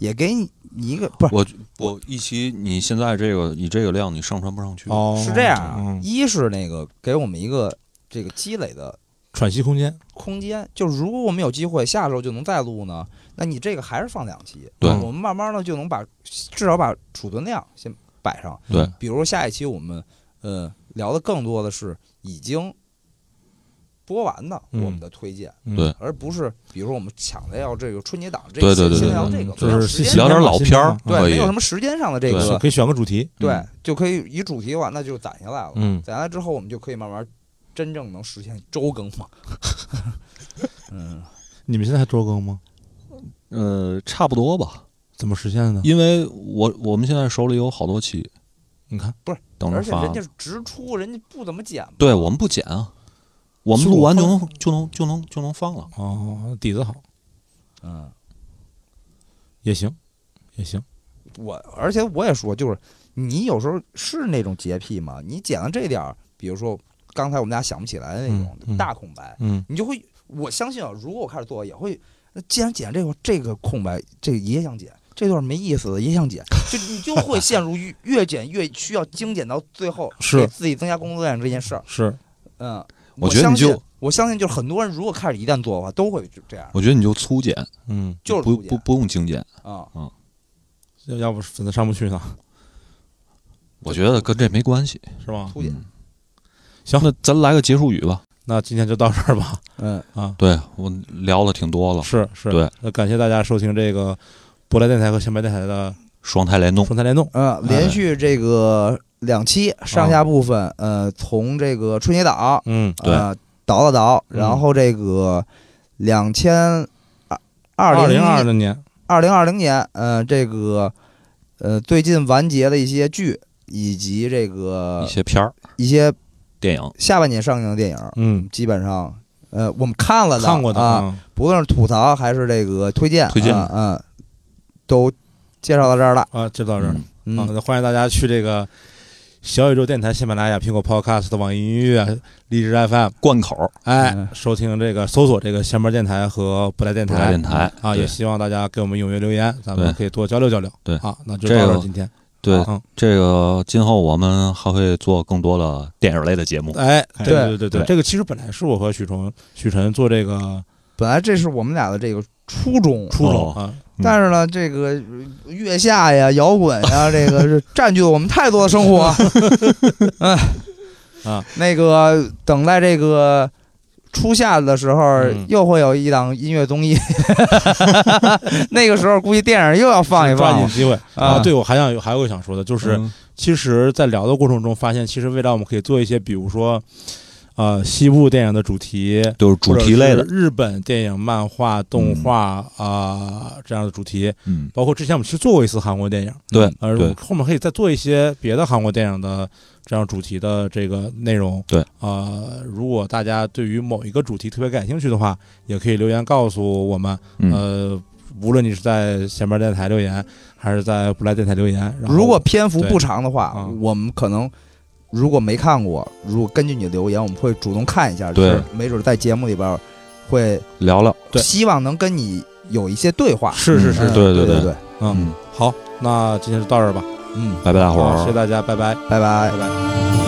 Speaker 3: 也给你一个不是
Speaker 1: 我我一期你现在这个你这个量你上传不上去，
Speaker 2: 哦，
Speaker 3: 是这样啊，
Speaker 2: 嗯，
Speaker 3: 一是那个给我们一个这个积累的
Speaker 2: 喘息空间，
Speaker 3: 空间，就是如果我们有机会下周就能再录呢，那你这个还是放两期，
Speaker 1: 对
Speaker 3: 我们慢慢的就能把至少把储存量先摆上，
Speaker 1: 对
Speaker 3: 比如下一期我们呃聊的更多的是已经播完的
Speaker 2: 嗯
Speaker 3: 我们的推荐，
Speaker 2: 嗯
Speaker 1: 对
Speaker 3: 而不是比如说我们抢着要这个春节档这
Speaker 1: 对对对
Speaker 3: 先
Speaker 1: 对
Speaker 3: 聊
Speaker 2: 对
Speaker 3: 这个，
Speaker 2: 就
Speaker 3: 没有
Speaker 2: 是
Speaker 3: 时间
Speaker 1: 聊点
Speaker 2: 嘛
Speaker 1: 老片儿
Speaker 2: 新
Speaker 3: 对
Speaker 1: 可
Speaker 3: 没
Speaker 1: 以
Speaker 3: 有什，么时间上的这
Speaker 1: 对
Speaker 3: 个
Speaker 2: 啊可以选个主题，
Speaker 3: 对
Speaker 1: 嗯，
Speaker 3: 就可以以主题的话，那就攒下来了。
Speaker 2: 嗯，
Speaker 3: 攒下来之后，我们就可以慢慢真正能实现周更嘛。嗯，
Speaker 2: 你们现在还周更吗？
Speaker 1: 呃，差不多吧，
Speaker 2: 怎么实现的呢？
Speaker 1: 因为我我们现在手里有好多期
Speaker 2: 你看。
Speaker 1: 等着
Speaker 3: 而且
Speaker 1: 发
Speaker 3: 人，家是直出，人家不怎么剪嘛。
Speaker 1: 对我们不剪啊，我们录完就能就能就能就能放了，
Speaker 2: 哦，底子好
Speaker 3: 嗯，
Speaker 2: 也行，也行。
Speaker 3: 我而且我也说，就是你有时候是那种洁癖嘛，你剪了这点儿，比如说刚才我们俩想不起来的那种、
Speaker 2: 嗯嗯
Speaker 3: 大空白，
Speaker 2: 嗯，
Speaker 3: 你就会，我相信啊，如果我开始做，也会，那既然剪这个这个空白，这个也想剪，这段没意思的也想剪，就你就会陷入越越剪越需要精简到 最后，
Speaker 2: 是
Speaker 3: 给自己增加工作量这件事儿。
Speaker 2: 是，
Speaker 3: 嗯，
Speaker 1: 我
Speaker 3: 我
Speaker 1: 觉得你
Speaker 3: 相
Speaker 1: 就
Speaker 3: 信我相信，就是很多人如果开始一旦做的话，都会就这样，
Speaker 1: 我觉得你就粗剪，
Speaker 2: 嗯，
Speaker 3: 就是
Speaker 1: 不
Speaker 3: 不
Speaker 1: 不不用精简，
Speaker 3: 啊，
Speaker 2: 要要不粉丝上不去呢，
Speaker 1: 我觉得跟这没关系。
Speaker 2: 是吧？
Speaker 3: 粗剪，
Speaker 1: 嗯行，那咱来个结束语吧。
Speaker 2: 那今天就到这儿吧。
Speaker 3: 嗯，
Speaker 2: 啊，
Speaker 1: 对我聊了挺多了，
Speaker 2: 是是，
Speaker 1: 对。
Speaker 2: 那感谢大家收听这个博莱电台和新白电台的
Speaker 1: 双胎联动，
Speaker 2: 双台联动。
Speaker 3: 呃，连续这个两期上下部分，呃，从这个春节档，
Speaker 2: 嗯，
Speaker 1: 对
Speaker 3: 呃，倒了倒，
Speaker 2: 嗯
Speaker 3: 然后这个两千二
Speaker 2: 二
Speaker 3: 零
Speaker 2: 零二零年，
Speaker 3: 二零二零年，呃，这个呃最近完结的一些剧，以及这
Speaker 1: 一
Speaker 2: 呃
Speaker 3: 个
Speaker 1: 些片儿、
Speaker 3: 一些
Speaker 1: 电影，
Speaker 3: 下半年上映的电影，
Speaker 2: 嗯，
Speaker 3: 基本上。呃，我们看了的，
Speaker 2: 看过的嗯
Speaker 3: 啊，，不论是吐槽还是这个推荐，
Speaker 1: 推荐
Speaker 3: 啊，嗯都介绍到这儿了。
Speaker 2: 啊，就到这儿了。
Speaker 1: 嗯
Speaker 3: 嗯，
Speaker 2: 啊，那欢迎大家去这个小宇宙电台、喜马拉雅、苹果 Podcast、网易云音乐、荔枝 FM，
Speaker 1: 贯口
Speaker 2: 哎
Speaker 3: 嗯，
Speaker 2: 收听这个搜索这个闲门电台和不来电
Speaker 1: 不来
Speaker 2: 台
Speaker 1: 电台
Speaker 2: 啊，
Speaker 1: 对
Speaker 2: 也希望大家给我们踊跃留言，咱们
Speaker 1: 对
Speaker 2: 可以多交流交流。
Speaker 1: 对
Speaker 2: 啊，那就
Speaker 1: 这
Speaker 2: 到这
Speaker 1: 个
Speaker 2: 儿今天。
Speaker 1: 对
Speaker 2: 嗯，
Speaker 1: 这个，今后我们还会做更多的电影类的节目。
Speaker 2: 哎，
Speaker 1: 哎
Speaker 2: 对
Speaker 3: 对
Speaker 2: 对对对，
Speaker 1: 对
Speaker 2: 这个其实本来是我和许崇、许晨做这个
Speaker 3: 本来这是我们俩的这个初衷，
Speaker 2: 初衷
Speaker 1: 哦
Speaker 2: 啊，
Speaker 3: 但是呢，这个呃月下呀、摇滚呀，这个是占据了我们太多的生活。 嗯
Speaker 2: 啊，
Speaker 3: 那个等待这个初夏的时候
Speaker 2: 嗯，
Speaker 3: 又会有一档音乐 综艺， 那个时候估计电影又要放一
Speaker 2: 抓
Speaker 3: 放
Speaker 2: 紧
Speaker 3: 了
Speaker 2: 机会
Speaker 3: 啊
Speaker 2: 对我还想有还有个想说的，就是
Speaker 1: 嗯
Speaker 2: 其实，在聊的过程中发现，其实未来我们可以做一些，比如说，呃，西部电影的主题，
Speaker 1: 就是主题类
Speaker 2: 或
Speaker 1: 的
Speaker 2: 者，是日本电影、漫画、动画啊、这样的主题，
Speaker 1: 嗯，
Speaker 2: 包括之前我们其实做过一次韩国电影，
Speaker 1: 对
Speaker 2: 而
Speaker 1: 对
Speaker 2: 后面可以再做一些别的韩国电影的这样主题的这个内容。
Speaker 1: 对，
Speaker 2: 呃，如果大家对于某一个主题特别感兴趣的话，也可以留言告诉我们。
Speaker 1: 嗯，
Speaker 2: 呃，无论你是在前面电台留言，还是在不来电台留言，然后
Speaker 3: 如果篇幅
Speaker 2: 对
Speaker 3: 不长的话
Speaker 2: 啊，
Speaker 3: 我们可能如果没看过，如果根据你的留言，我们会主动看一下，
Speaker 1: 对
Speaker 3: 是没准在节目里边儿会
Speaker 1: 聊聊，
Speaker 2: 对
Speaker 3: 希望能跟你有一些对话。
Speaker 2: 是是是，
Speaker 1: 嗯
Speaker 3: 嗯
Speaker 1: 对对
Speaker 3: 对
Speaker 1: 对
Speaker 3: 对，
Speaker 2: 嗯，
Speaker 1: 嗯，
Speaker 2: 好，那今天就到这儿吧，
Speaker 3: 嗯，
Speaker 1: 拜拜，大伙
Speaker 2: 好
Speaker 1: 儿
Speaker 2: 谢谢。大家，拜拜，
Speaker 3: 拜拜
Speaker 2: 拜。拜。